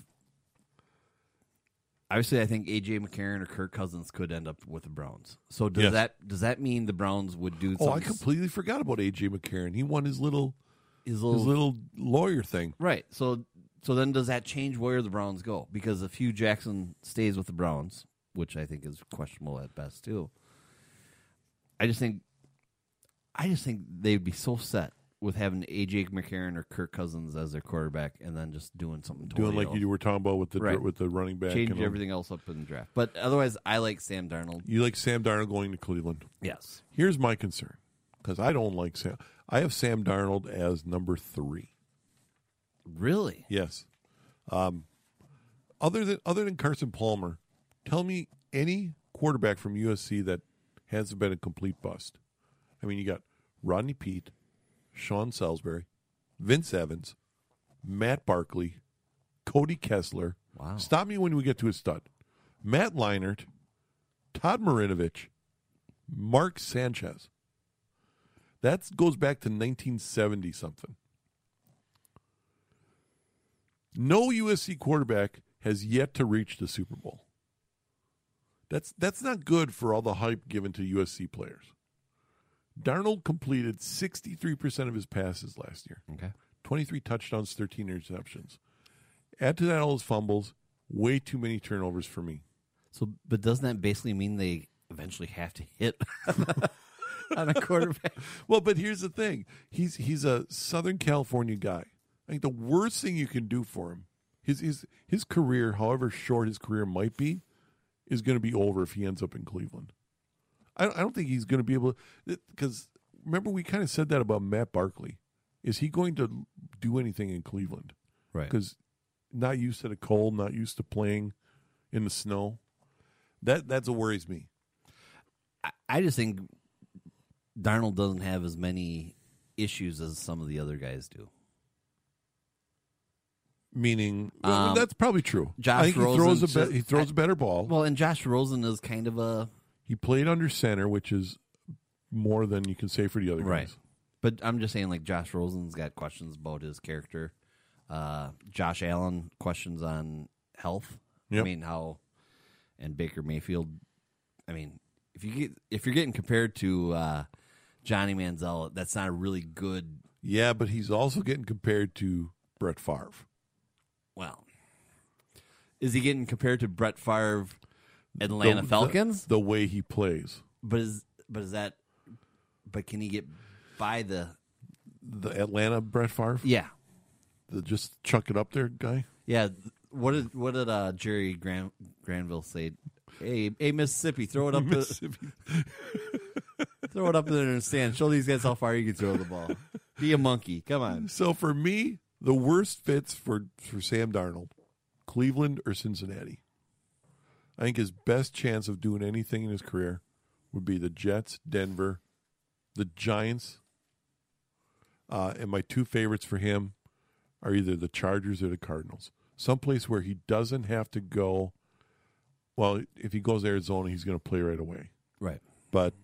Obviously, I think AJ McCarron or Kirk Cousins could end up with the Browns. So does Yes. that does that mean the Browns would do? Oh, I something- completely forgot about AJ McCarron. He won his little his his little little lawyer thing. Right. So so then does that change where the Browns go? Because if Hugh Jackson stays with the Browns, which I think is questionable at best too, I just think I just think they'd be so set with having AJ McCarron or Kirk Cousins as their quarterback and then just doing something totally Doing like else. you were talking about with the Right. with the running back change and all. everything else up in the draft. But otherwise I like Sam Darnold. You like Sam Darnold going to Cleveland. Yes. Here's my concern because I don't like Sam. I have Sam Darnold as number three. Really? Yes. Um, other than other than Carson Palmer, tell me any quarterback from USC that hasn't been a complete bust. I mean, you got Rodney Pete, Sean Salisbury, Vince Evans, Matt Barkley, Cody Kessler. Wow. Stop me when we get to a stud. Matt Leinart, Todd Marinovich, Mark Sanchez. That goes back to 1970 something. No USC quarterback has yet to reach the Super Bowl. That's that's not good for all the hype given to USC players. Darnold completed 63% of his passes last year. Okay. 23 touchdowns, 13 interceptions. Add to that all his fumbles, way too many turnovers for me. So but doesn't that basically mean they eventually have to hit on a quarterback? Well, but here's the thing. He's he's a Southern California guy. I think the worst thing you can do for him, his his his career, however short his career might be, is going to be over if he ends up in Cleveland. I don't, I don't think he's going to be able to because remember we kind of said that about Matt Barkley. Is he going to do anything in Cleveland? Right. because not used to the cold, not used to playing in the snow. That that's what worries me. I- I just think Darnold doesn't have as many issues as some of the other guys do. Meaning well, Um, that's probably true. Josh I think he Rosen throws a just- be- he throws a better ball. Well, and Josh Rosen is kind of a he played under center, which is more than you can say for the other guys. but I'm just saying like Josh Rosen's got questions about his character. Uh, Josh Allen questions on health. I Yep. mean how, and Baker Mayfield. I mean, if you get if you're getting compared to uh, Johnny Manziel, that's not a really good. Yeah, but he's also getting compared to Brett Favre. Well, is he getting compared to Brett Favre, Atlanta The- Falcons? The, the way he plays. But is but is that but can he get by the The Atlanta Brett Favre, Yeah. the just chuck it up there guy. Yeah. What did what did uh, Jerry Gran- Granville say? Hey, hey Mississippi, throw it up the, throw it up there and stand. Show these guys how far you can throw the ball. Be a monkey. Come on. So for me, the worst fits for for Sam Darnold, Cleveland or Cincinnati. I think his best chance of doing anything in his career would be the Jets, Denver, the Giants. Uh, and my two favorites for him are either the Chargers or the Cardinals. Someplace where he doesn't have to go. Well, if he goes to Arizona, he's going to play right away Right. but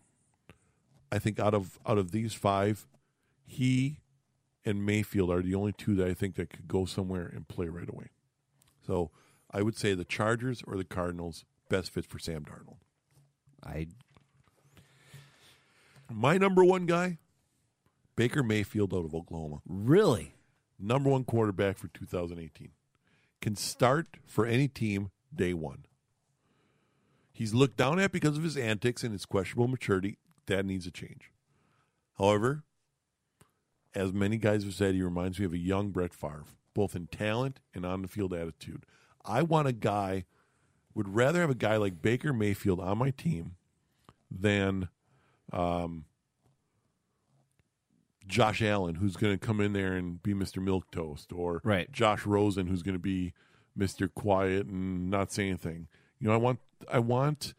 I think out of out of these five, he and Mayfield are the only two that I think that could go somewhere and play right away. So I would say the Chargers or the Cardinals best fit for Sam Darnold. I My number one guy, Baker Mayfield out of Oklahoma, really number one quarterback for 2018, can start for any team day one. He's looked down at because of his antics and his questionable maturity. That needs a change. However, as many guys have said, he reminds me of a young Brett Favre, both in talent and on the field attitude. I want a guy, would rather have a guy like Baker Mayfield on my team than um, Josh Allen, who's going to come in there and be Mr. Milk Toast, or Right. Josh Rosen, who's going to be Mr. Quiet and not say anything. You know, I want, I want.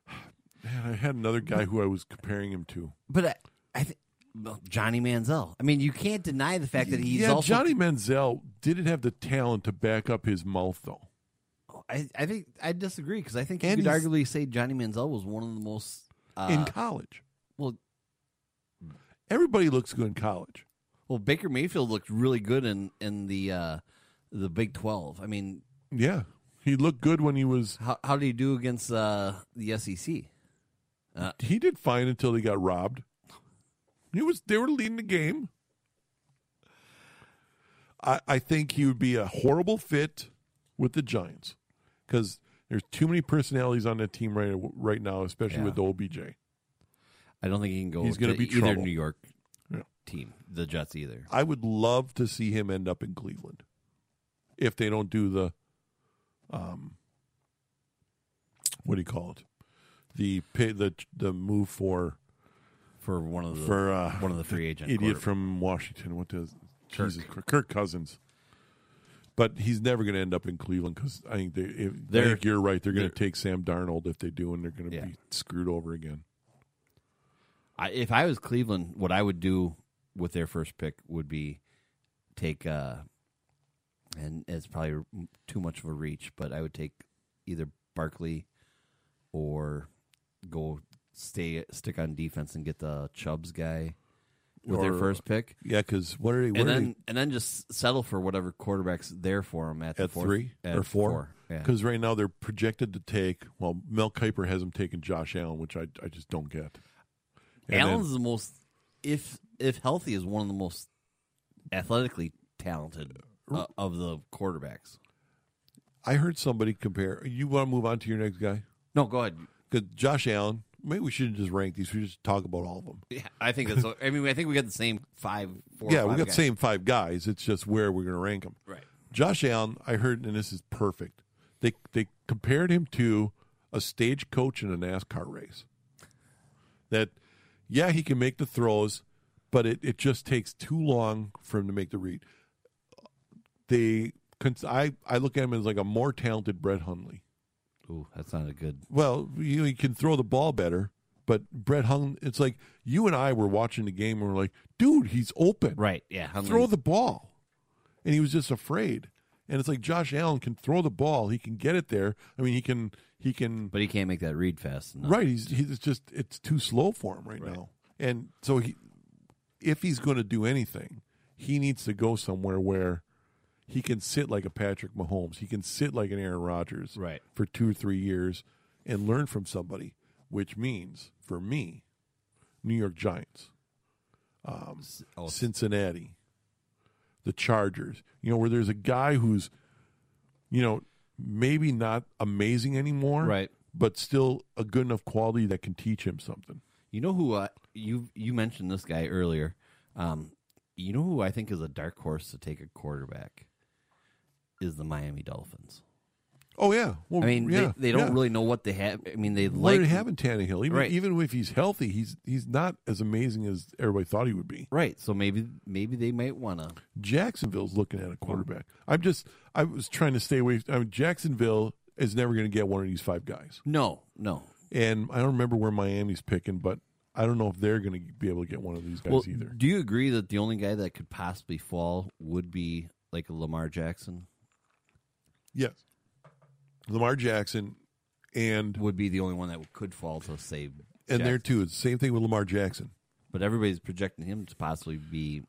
Man, I had another guy who I was comparing him to. but I, I think well, Johnny Manziel. I mean, you can't deny the fact that he's yeah, also Johnny Manziel didn't have the talent to back up his mouth though. I, I think I disagree because I think you And could he's- arguably say Johnny Manziel was one of the most. Uh, in college. well, Everybody looks good in college. well, Baker Mayfield looked really good in in the uh, the Big Twelve. I mean, Yeah, he looked good when he was. how how did he do against uh, the SEC? He did fine until he got robbed. He was. They were leading the game. I, I think he would be a horrible fit with the Giants because there's too many personalities on that team right right now, especially Yeah. with the OBJ. I don't think he can go. He's going gonna to be either trouble. New York Yeah. team, the Jets either. I would love to see him end up in Cleveland if they don't do the um what do you call it? The pay, the the move for for one of the for uh one of the free agent idiot quarter- from Washington. What does Jesus Christ- Kirk Cousins? But he's never going to end up in Cleveland because I think they. If, I They're- think you're right. They're going to they're- take Sam Darnold if they do, and they're going to Yeah. be screwed over again. I, if I was Cleveland, what I would do with their first pick would be take uh and it's probably too much of a reach, but I would take either Barkley or go stay stick on defense and get the Chubbs guy with their Or- first pick. Yeah, because what are they? What And are then and then just settle for whatever quarterback's there for him at, they the at fourth, three at or four? four. Yeah. Because right now they're projected to take. Well, Mel Kiper has them taking Josh Allen, which I I just don't get. And then- Allen's the most if if healthy is one of the most athletically talented uh, of the quarterbacks. I heard somebody compare. You want to move on to your next guy? No, go ahead. Because Josh Allen. Maybe we shouldn't just rank these. We should just talk about all of them. Yeah, I think that's. I mean, I think we got the same five, four. yeah, five we got guys. same five guys. It's just where we're going to rank them. Right. Josh Allen, I heard, and this is perfect. They they compared him to a stagecoach in a NASCAR race. That, yeah, he can make the throws, but it, it just takes too long for him to make the read. They, cons- I I look at him as like a more talented Brett Hundley. Ooh, that's not a good. Well, you, you can throw the ball better, but Brett Hundley, it's like you and I were watching the game and we're like, dude, he's open Right. Yeah. How many- throw the ball. And he was just afraid. And it's like Josh Allen can throw the ball. He can get it there. I mean, he can he can but he can't make that read fast enough. right. He's he's just it's too slow for him right, now. And so he if he's going to do anything, he needs to go somewhere where he can sit like a Patrick Mahomes. He can sit like an Aaron Rodgers Right. for 2 or 3 years and learn from somebody, which means for me New York Giants. Oh, Cincinnati, the Chargers, you know, where there's a guy who's, you know, maybe not amazing anymore, Right. But still a good enough quality that can teach him something. you know who? Uh, you you mentioned this guy earlier. Um, you know who I think is a dark horse to take a quarterback is the Miami Dolphins. Oh yeah, well, I mean, yeah, they, they don't yeah. really know what they have. I mean, they What like did have in Tannehill? Even Right. even if he's healthy, he's he's not as amazing as everybody thought he would be. right. So maybe maybe they might want to. Jacksonville's looking at a quarterback. I'm just I was trying to stay away. I mean, Jacksonville is never going to get one of these five guys. No, no. And I don't remember where Miami's picking, but I don't know if they're going to be able to get one of these guys Well, either. do you agree that the only guy that could possibly fall would be like a Lamar Jackson? Yes. Lamar Jackson and Would be the only one that could fall to save. and there too, it's the same thing with Lamar Jackson, but everybody's projecting him to possibly be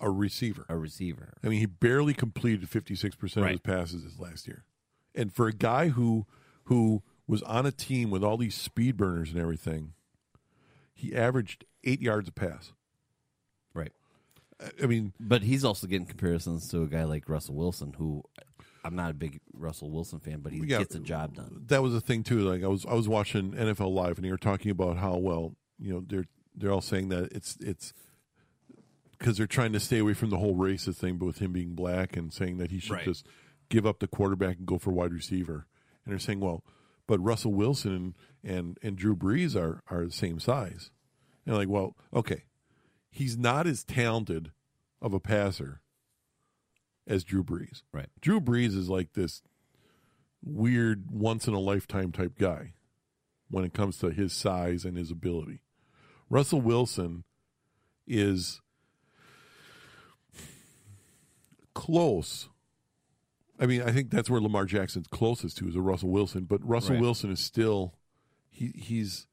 a receiver. a receiver. I mean, he barely completed 56% of his Right. passes this last year. And for a guy who who was on a team with all these speed burners and everything, he averaged 8 yards a pass. Right. I- I mean, But he's also getting comparisons to a guy like Russell Wilson, who I'm not a big Russell Wilson fan, but he Yeah. gets the job done. that was the thing too. Like I was I was watching NFL Live and they were talking about how well you know they're they're all saying that it's it's because they're trying to stay away from the whole racist thing, but with him being black and saying that he should Right. just give up the quarterback and go for wide receiver, and they're saying, well, but Russell Wilson and and, and Drew Brees are are the same size, and like, well, okay, he's not as talented of a passer as Drew Brees. Right. Drew Brees is like this weird once in a lifetime type guy when it comes to his size and his ability. Russell Wilson is close I mean, I think that's where Lamar Jackson's closest to is a Russell Wilson, but Russell Right. Wilson is still he he's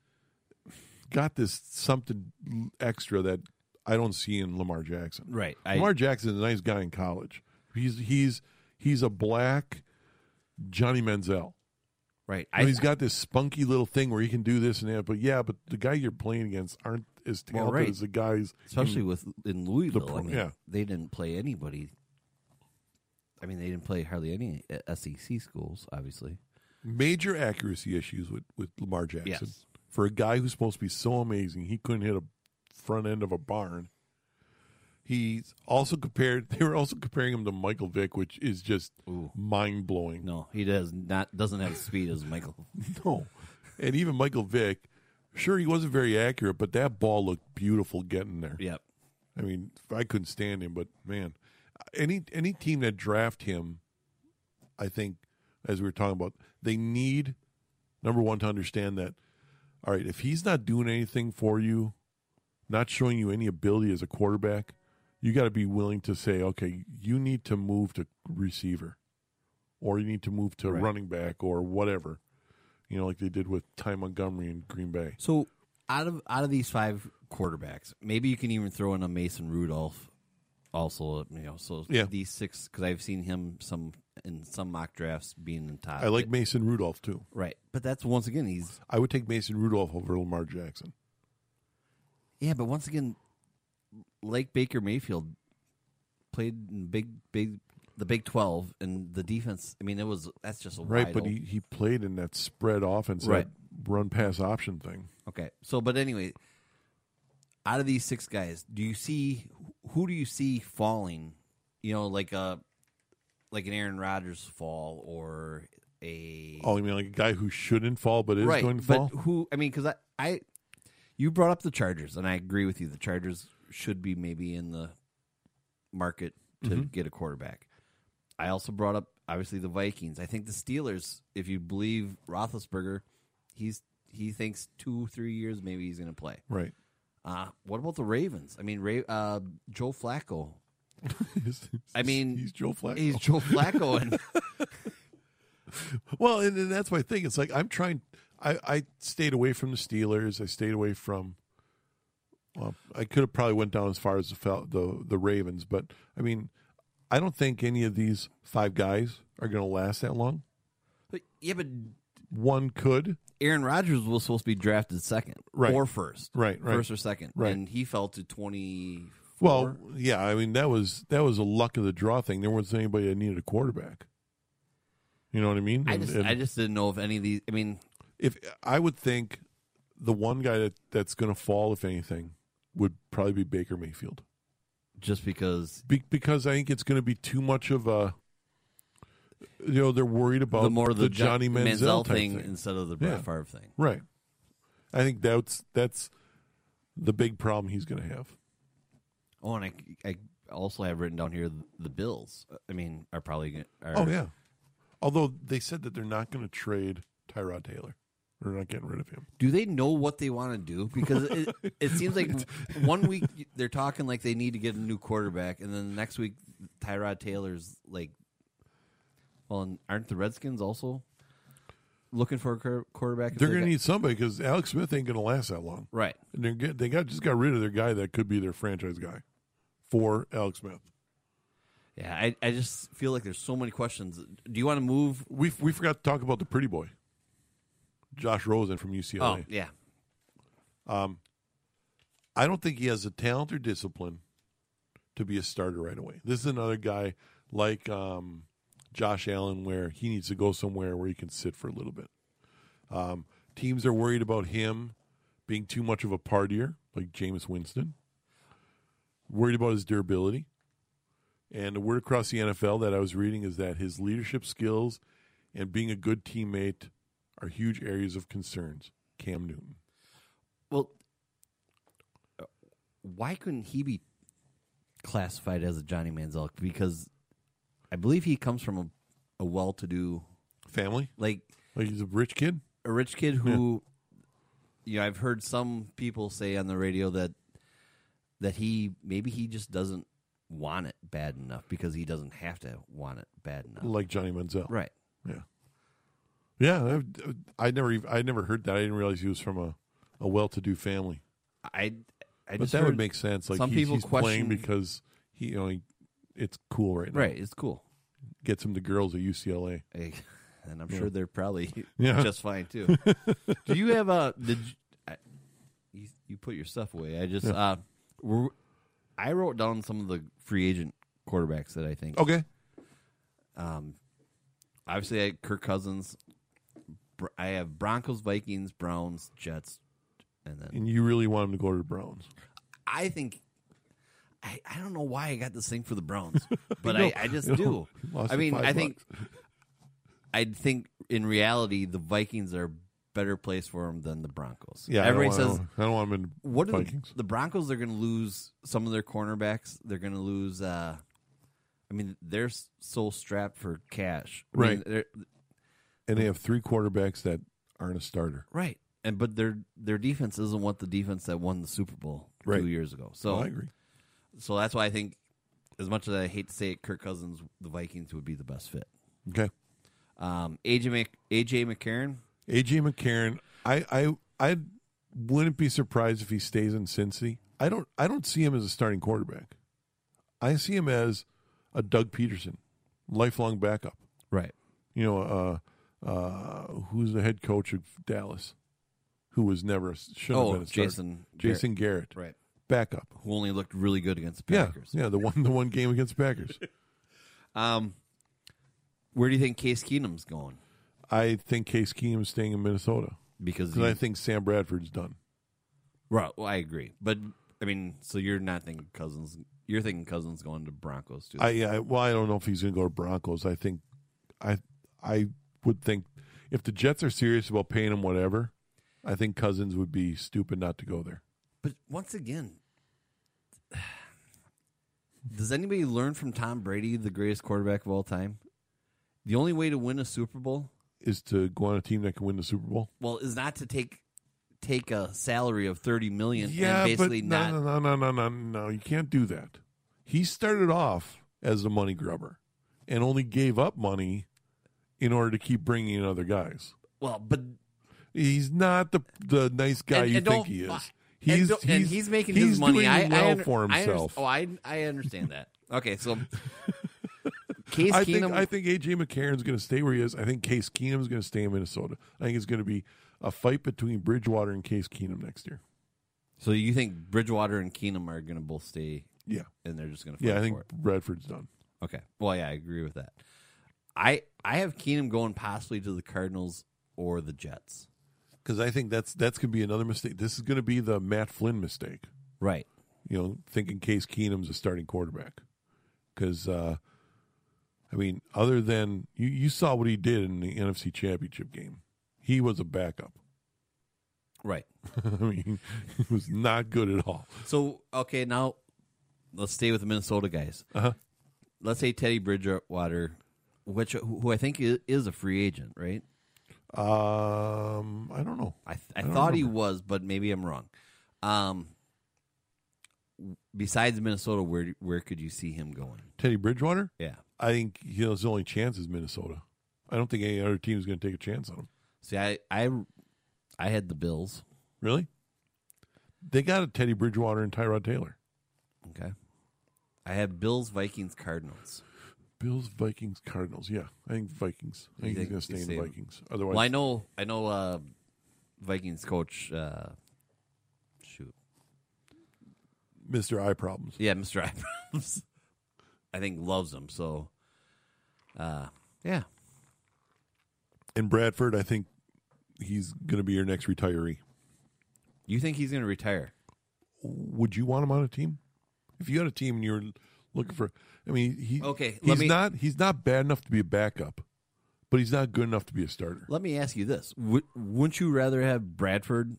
got this something extra that I don't see in Lamar Jackson. Right. Lamar Jackson's a nice guy in college. He's he's he's a black Johnny Manziel. right. You know, he's got this spunky little thing where he can do this and that, but yeah, but the guy you're playing against aren't as Well, talented right. as the guys. especially with in Louisville. pro- I mean, yeah. they didn't play anybody. I mean, they didn't play hardly any uh, SEC schools, obviously. Major accuracy issues with, with Lamar Jackson. Yes. For a guy who's supposed to be so amazing, he couldn't hit a front end of a barn. He's also compared they were also comparing him to Michael Vick, which is just mind blowing. No, he does not doesn't have speed as Michael. No. And even Michael Vick, sure, he wasn't very accurate, but that ball looked beautiful getting there. yep. I mean, I couldn't stand him, but man, any any team that draft him, I think, as we were talking about, they need number one to understand that. All right, if he's not doing anything for you, not showing you any ability as a quarterback, you got to be willing to say, okay, you need to move to receiver, or you need to move to Right. running back, or whatever. You know, like they did with Ty Montgomery in Green Bay. So out of out of these five quarterbacks, maybe you can even throw in a Mason Rudolph. Also, you know, so Yeah. these six because I've seen him some in some mock drafts being in top. I like Mason Rudolph too. right, but that's once again he's I would take Mason Rudolph over Lamar Jackson. Yeah, but once again, like Baker Mayfield played in big, big, the Big Twelve, and the defense. I mean, it was that's just a Right, wide but open- he, he played in that spread offense, Right. that run pass option thing. okay. So, but anyway, out of these six guys, do you see who do you see falling? You know, like a like an Aaron Rodgers fall or a Oh, you mean like a guy who shouldn't fall but is right, going to but fall? who? I mean, because I, I, you brought up the Chargers, and I agree with you. The Chargers should be maybe in the market to Mm-hmm. get a quarterback. I also brought up obviously the Vikings. I think the Steelers, if you believe Roethlisberger, he's he thinks two three years maybe he's going to play. Right. Uh, what about the Ravens? I mean, Ra- uh, Joe Flacco. I mean, he's Joe Flacco. He's Joe Flacco, and well, and, and that's my thing. It's like I'm trying. I, I stayed away from the Steelers. I stayed away from. Well, I could have probably went down as far as the Fel- the the Ravens, but I mean, I don't think any of these five guys are going to last that long. but, yeah, but One could. Aaron Rodgers was supposed to be drafted second Right. or first, Right, right. first or second, Right. and he fell to twenty. Well, yeah, I mean that was that was a luck of the draw thing. There wasn't anybody that needed a quarterback. You know what I mean? I And- just, and I just didn't know if any of these. I mean, if I would think the one guy that, that's going to fall, if anything, would probably be Baker Mayfield, just because be, because I think it's going to be too much of a. You know, they're worried about the more the, Jo- Oh, Johnny Manziel, type thing, thing. instead of the Brett Yeah. Favre thing. right? I think that's that's the big problem he's going to have. Oh, and I, I also have written down here the Bills. I mean, are probably gonna- are, Oh yeah. Although they said that they're not going to trade Tyrod Taylor, they're not getting rid of him. Do they know what they want to do? Because it, it seems like one week they're talking like they need to get a new quarterback, and then the next week Tyrod Taylor's like, well, and aren't the Redskins also looking for a quar- quarterback? if They're they going to got- need somebody because Alex Smith ain't going to last that long. right. And they're get, they got just got rid of their guy that could be their franchise guy for Alex Smith. Yeah, I, I just feel like there's so many questions. Do you want to move? We we forgot to talk about the pretty boy, Josh Rosen from Oh, UCLA. yeah. I don't think he has the talent or discipline to be a starter right away. This is another guy like um, Josh Allen where he needs to go somewhere where he can sit for a little bit. Um, teams are worried about him being too much of a partier, like Jameis Winston. Worried about his durability. And a word across the NFL that I was reading is that his leadership skills and being a good teammate are huge areas of concerns. Cam Newton. Well, uh, why couldn't he be classified as a Johnny Manziel? Because I believe he comes from a, a well-to-do, Family? like Like he's a rich kid? a rich kid who, you know, I've heard some people say on the radio that that he maybe he just doesn't want it bad enough because he doesn't have to want it bad enough. like Johnny Manziel. Right. Yeah. Yeah. I, I never, ev- I never heard that. I didn't realize he was from a, a well-to-do family. I I But just that would heard- make sense. Like some he's, people he's question- playing because he, you know, he- it's cool right now. right. It's cool, Gets him the girls at UCLA. Hey, and I'm sure they're probably Yeah. just fine too. Do you have a? Did you, I, you, you put your stuff away? I just uh, were, I wrote down some of the free agent quarterbacks that I think. Okay. Um, obviously, I had Kirk Cousins. Br- I have Broncos, Vikings, Browns, Jets, and then And you really want him to go to the Browns. I think I, I don't know why I got this thing for the Browns, but know, I, I just you do. know, you lost I your mean, five I think I think in reality the Vikings are better place for him than the Broncos. Yeah. everybody I don't says want, I don't want him in what are the, Vikings. the Broncos are going to lose some of their cornerbacks. They're going to lose. Uh, I mean, they're s- so strapped for cash, I mean, Right. they're- and they have three quarterbacks that aren't a starter. right, and but their their defense isn't what the defense that won the Super Bowl Right. two years ago. So I agree. So that's why I think, as much as I hate to say it, Kirk Cousins, the Vikings would be the best fit. Okay. Um, AJ Mc, AJ McCarron, AJ McCarron, I, I I wouldn't be surprised if he stays in Cincy. I don't I don't see him as a starting quarterback. I see him as a Doug Peterson, lifelong backup. right? You know, uh, uh, who's the head coach of Dallas, who was never should have Oh, been a starter. Jason Jason Garrett, Right, backup. who only looked really good against the Yeah, Packers. yeah, the one the one game against the Packers. Um, where do you think Case Keenum's going? I think Case Keenum is staying in Minnesota Because because he- I think Sam Bradford's done. right, well, I agree, but I mean, so you're not thinking Cousins. You're thinking Cousins going to Broncos too. I, I well, I don't know if he's going to go to Broncos. I think, I I would think if the Jets are serious about paying him whatever, I think Cousins would be stupid not to go there. but once again, does anybody learn from Tom Brady, the greatest quarterback of all time? The only way to win a Super Bowl Is to go on a team that can win the Super Bowl. well is not to take take a salary of 30 million Yeah, and basically but not no, no, no, no, no, no, no. You can't do that. He started off as a money grubber, and only gave up money in order to keep bringing in other guys. well but He's not the the nice guy and- you and think don't- he is. and He's don't- and he's making he's his money doing I, well I under- for I under- himself. oh I, I understand that okay so Case I Keenum think I think AJ McCarron's going to stay where he is. I think Case Keenum's going to stay in Minnesota. I think it's going to be a fight between Bridgewater and Case Keenum next year. so you think Bridgewater and Keenum are going to both stay Yeah, and they're just going to yeah. I think for it. Bradford's done. okay well yeah I agree with that I I have Keenum going possibly to the Cardinals or the Jets Because I think that's that's going to be another mistake. This is going to be the Matt Flynn mistake. right You know, thinking Case Keenum's a starting quarterback. Because uh, I mean, other than you, you saw what he did in the NFC Championship game, he was a backup. right I mean, he was not good at all. so okay now let's stay with the Minnesota guys Uh-huh. let's say Teddy Bridgewater, which who I think i- is a free agent, right? Um, I don't know. I th- I, don't thought he remember. was, but maybe I'm wrong. Um, besides Minnesota, where where could you see him going? Teddy Bridgewater. Yeah. I think you know, his only chance is Minnesota. I don't think any other team is going to take a chance on him. See, I I I had the Bills. Really? They got a Teddy Bridgewater and Tyrod Taylor. Okay. I have Bills, Vikings, Cardinals. Bills, Vikings, Cardinals. Yeah, I think Vikings. I think You he's going to think stay he's in the staying- Vikings. Otherwise, Well, I know I know uh, Vikings coach. Uh, shoot, Mr. Eye Problems. Yeah, Mr. Eyebrows. I think loves him. So, uh, yeah, And Bradford, I think he's going to be your next retiree. you think he's going to retire? Would you want him on a team? If you had a team and you were looking for, I mean, he Okay, let he's me- not he's not bad enough to be a backup, but he's not good enough to be a starter. Let me ask you this: Would, Wouldn't you rather have Bradford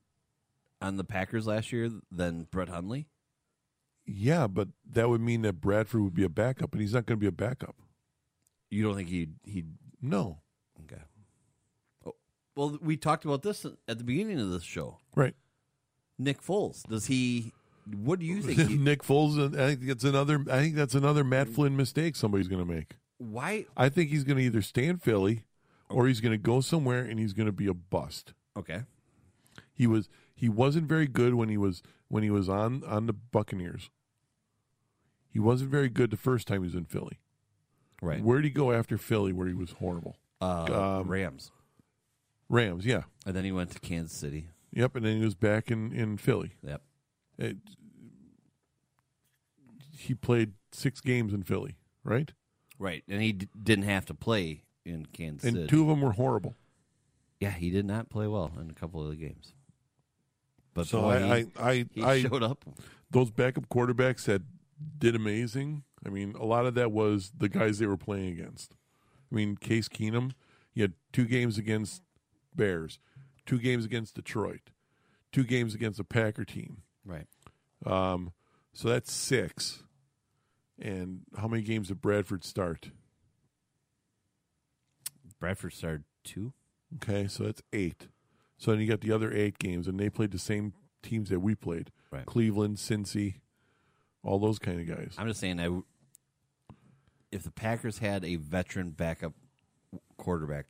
on the Packers last year than Brett Hundley? Yeah, but that would mean that Bradford would be a backup, and he's not going to be a backup. You don't think he he No, okay? Oh, well, we talked about this at the beginning of this show. right? Nick Foles does he What do you think? he- Mm-hmm. Nick Foles, and I think that's another. I think that's another Matt Flynn mistake somebody's going to make. why? I think he's going to either stay in Philly, or he's going to go somewhere and he's going to be a bust. Okay. He was he wasn't very good when he was when he was on on the Buccaneers. He wasn't very good the first time he was in Philly. Right. Where'd he go after Philly where he was horrible? Um, Uh, Rams. Rams, yeah. And then he went to Kansas City. Yep, and then he was back in in Philly. Yep. It, he played 6 games in Philly, right? Right. And he d- didn't have to play in Kansas And City. two of them were horrible. yeah, he did not play well in a couple of the games. But So boy, I, he, I, he I, I showed up. those backup quarterbacks that did amazing. I mean, a lot of that was the guys they were playing against. I mean, Case Keenum, he had two games against Bears, two games against Detroit, two games against a Packer team. Right. Um, so that's six. And how many games did Bradford start? Bradford started two. Okay, so that's eight. So then you got the other eight games, and they played the same teams that we played: Right. Cleveland, Cincy, all those kind of guys. I'm just saying, I, w- if the Packers had a veteran backup quarterback,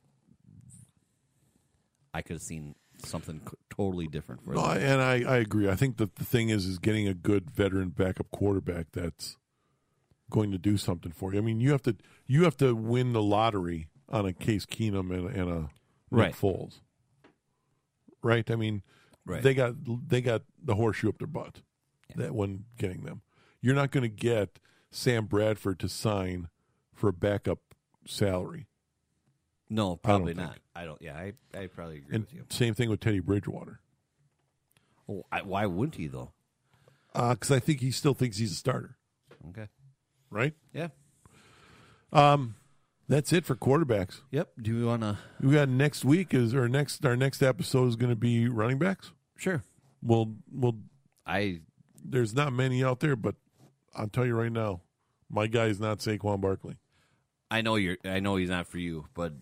I could have seen something c- totally different for No, them. I- and I, I agree. I think that the thing is is getting a good veteran backup quarterback that's going to do something for you. I mean, you have to you have to win the lottery on a Case Keenum and, and a Nick Right. Foles, right? I mean, Right. they got they got the horseshoe up their butt that one getting them. You're not going to get Sam Bradford to sign for a backup salary, No, probably think. not. I don't. Yeah, I, I probably agree and with you. same thing with Teddy Bridgewater. Oh, I, why wouldn't he though? Because Uh, I think he still thinks he's a starter, Okay. right? Yeah. Um, that's it for quarterbacks. Yep. Do we want to? We got next week is or next our next episode is going to be running backs. Sure. Well, well, I there's not many out there, but I'll tell you right now, my guy is not Saquon Barkley. I know you're. I know he's not for you, but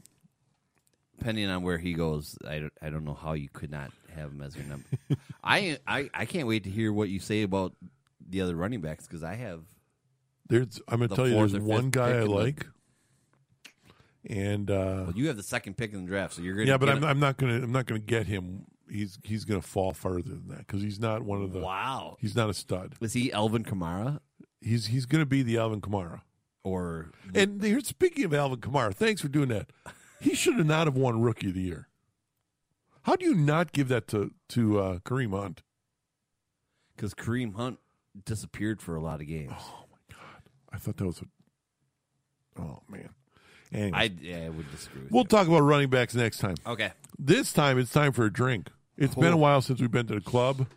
depending on where he goes, I don't, I don't know how you could not have him as your number. I, I I can't wait to hear what you say about the other running backs because I have There's I'm going to The tell you, there's fourth or one fifth guy pick I in the- like, and uh, well, you have the second pick in the draft, so you're gonna yeah, but get I'm, a- I'm not going to I'm not going to get him. He's he's going to fall further than that because he's not one of the wow. he's not a stud. Is he Elvin Kamara He's he's going to be the Alvin Kamara. or And here, speaking of Alvin Kamara, thanks for doing that. He should have not have won Rookie of the Year. How do you not give that to to uh, Kareem Hunt? because Kareem Hunt disappeared for a lot of games? Oh. I thought that was a. Oh man. Anyway, I yeah, I would disagree. With we'll talk about running backs next time. you. okay. This time it's time for a drink. It's been Oh. a while since we've been to the club.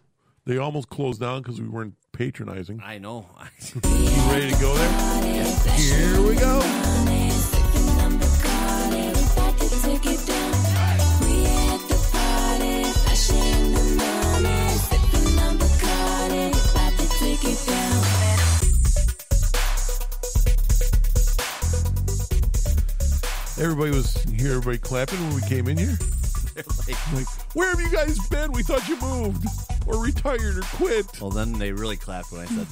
They almost closed down because we weren't patronizing. I know. You ready to go there? Here we go. Everybody was here. Everybody clapping when we came in here. Like, where have you guys been? We thought you moved or retired or quit. well, then they really clapped when I said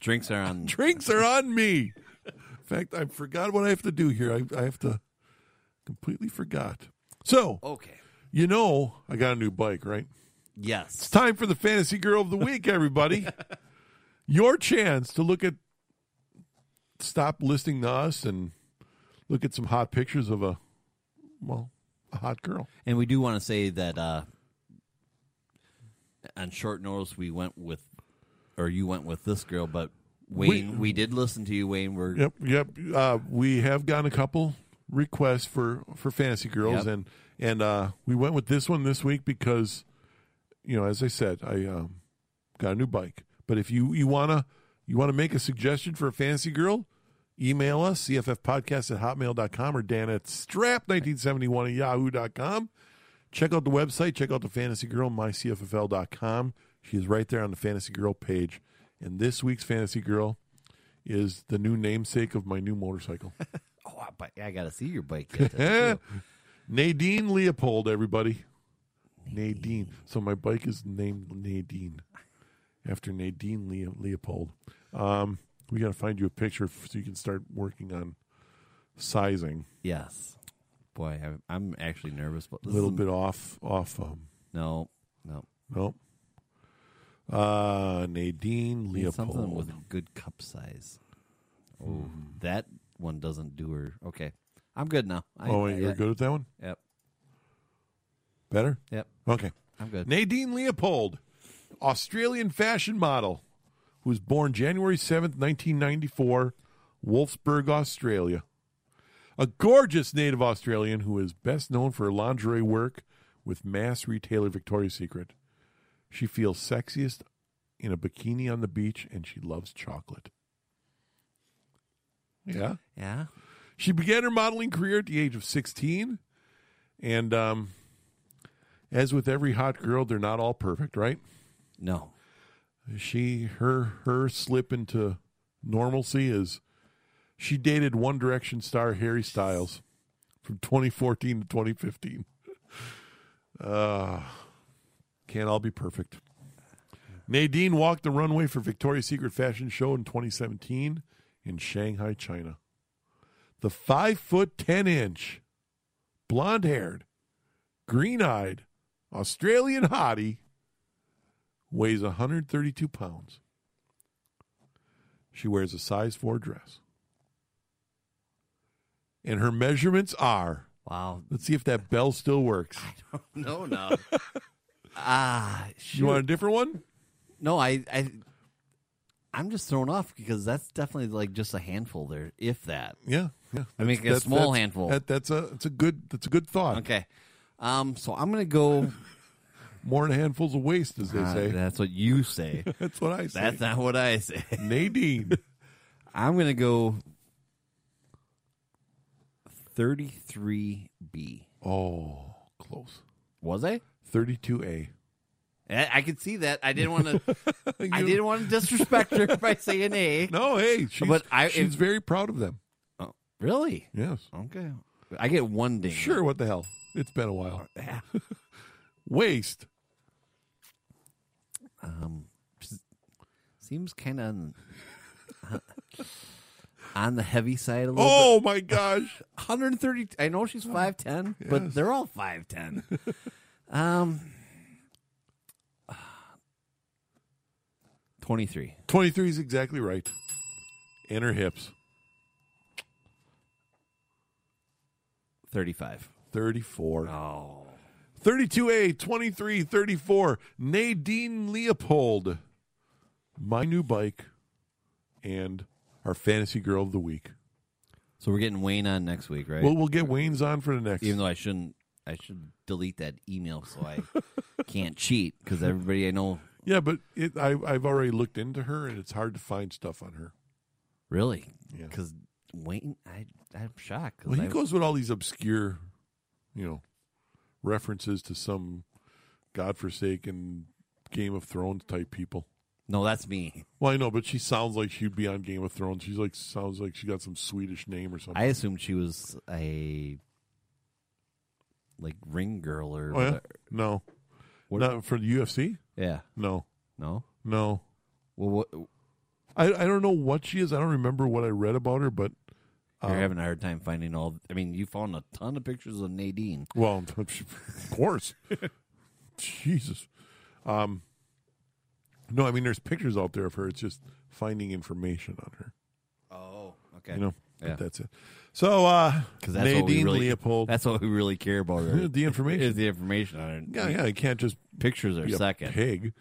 drinks are on. drinks are on me. In fact, I forgot what I have to do here. I, I have to completely forgot. So, Okay. you know, I got a new bike, right? It's Yes. time for the fantasy girl of the week, everybody. Your chance to look at, stop listening to us and look at some hot pictures of a, well, a hot girl. And we do want to say that uh, on short notice, we went with, or you went with this girl, but Wayne, we, did listen to you, Wayne. We're Yep, yep. Uh, we have gotten a couple requests for for fantasy girls, Yep. and and uh, we went with this one this week because, you know, as I said, I um, got a new bike. But if you you wanna you wanna make a suggestion for a fantasy girl, email us cffpodcast at hotmail or Dan at strap nineteen seventy one at yahoo.com. Check out the website. Check out the fantasy girl mycffl.com. She is right there on the fantasy girl page. And this week's fantasy girl is the new namesake of my new motorcycle. oh, I, but I got to see your bike. Yet Eh, Nadine Leopold, everybody. Nadine. So my bike is named Nadine. after Nadine Le- Leopold. Um, we got to find you a picture f- so you can start working on sizing. Yes. Boy, I, I'm actually nervous. But A this little is- bit off, off. Um, No, no. nope. Uh, Nadine Need Something Leopold. with good cup size. Oh, Hmm. that one doesn't do her. Okay, I'm good now. I, oh, I- wait, you're I- good with that one. Yep, Better. yep. Okay. I'm good. Nadine Leopold, Australian fashion model, who was born January 7th, 1994, Wolfsburg, Australia. A gorgeous native Australian who is best known for her lingerie work with mass retailer Victoria's Secret. She feels sexiest in a bikini on the beach and she loves chocolate. Yeah. Yeah. She began her modeling career at the age of 16. And um, as with every hot girl, they're not all perfect, right? No. She her her slip into normalcy is she dated One Direction star Harry Styles from 2014 to 2015. Uh, can't all be perfect. Nadine walked the runway for Victoria's Secret fashion show in 2017 in Shanghai, China. The five foot ten inch, blonde haired, green eyed, Australian hottie weighs 132 pounds. She wears a size four dress. And her measurements are Wow. let's see if that bell still works. Ah, No. No. ah. shoot. You want a different one? no. I. I. I'm just thrown off because that's definitely like just a handful there, if that. Yeah. yeah. I mean, a That's- small that's- handful. That, that's a that's a good that's a good thought. Okay. Um. So I'm gonna go. More than handfuls of waste, as they Ah, say. that's what you say. that's what I say. that's not what I say. Nadine. I'm gonna go. Thirty-three B. oh, close. Was I? Eh, 32A. I I could see that. I didn't want to. I didn't want to disrespect her by saying A. No, hey, she's, But I- she's if- very proud of them. Oh, really? Yes. Okay. I get one ding. Sure, what the hell? It's been a while. Yeah. Waste. Um, s- seems kind of on, on the heavy side a little. bit. Oh my gosh. 130 I know she's 5'10, but they're all 5'10. um 23. 23 is exactly right. And her hips. 35. 34. Oh. 32A, 23, 34. Nadine Leopold. My new bike and our fantasy girl of the week. So we're getting Wayne on next week, right? Well, we'll get Wayne's on for the next. Even though I shouldn't I should delete that email so I can't cheat cuz everybody I know yeah, but it, I, I've already looked into her and it's hard to find stuff on her. really Yeah. cuz Wayne I I'm shocked 'cause Well, he I- goes with all these obscure, you know, references to some godforsaken Game of Thrones type people. No, that's me. Well, I know, but she sounds like she'd be on Game of Thrones. She's like sounds like she got some Swedish name or something. I assumed she was a like ring girl or oh yeah, whatever. no, What- not for the UFC. yeah. No, No. no. Well, what, you're I I don't know what she is. I don't remember what I read about her, but Uh, having a hard time finding all. I mean, you found a ton of pictures of Nadine. well, of course, Jesus. Um, no, I mean there's pictures out there of her. It's just finding information on her. Oh, okay. You know, but Yeah. that's it. So uh, 'Cause that's what we Nadine really- Leopold, that's what we really care about. Right? the information. is the information on it. Yeah, yeah, you can't just Pictures are be a second. pig.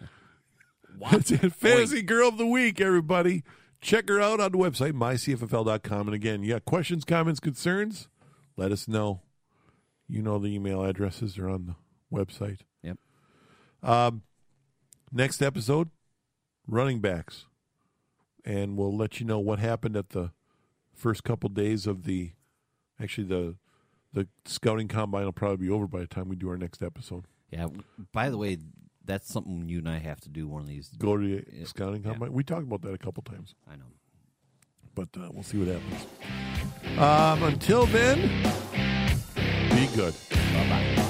That's it. Fantasy Girl of the Week, everybody. Check her out on the website, mycffl.com. And again, you got questions, comments, concerns? Let us know. You know the email addresses are on the website. Yep. Um, next episode, running backs. And we'll let you know what happened at the first couple days of the actually the the scouting combine will probably be over by the time we do our next episode. Yeah. By the way, that's something you and I have to do one of these. Go to the Yeah. scouting Yeah. combine. We talked about that a couple times. I know. but uh, we'll see what happens. Um, until then, be good. Bye bye.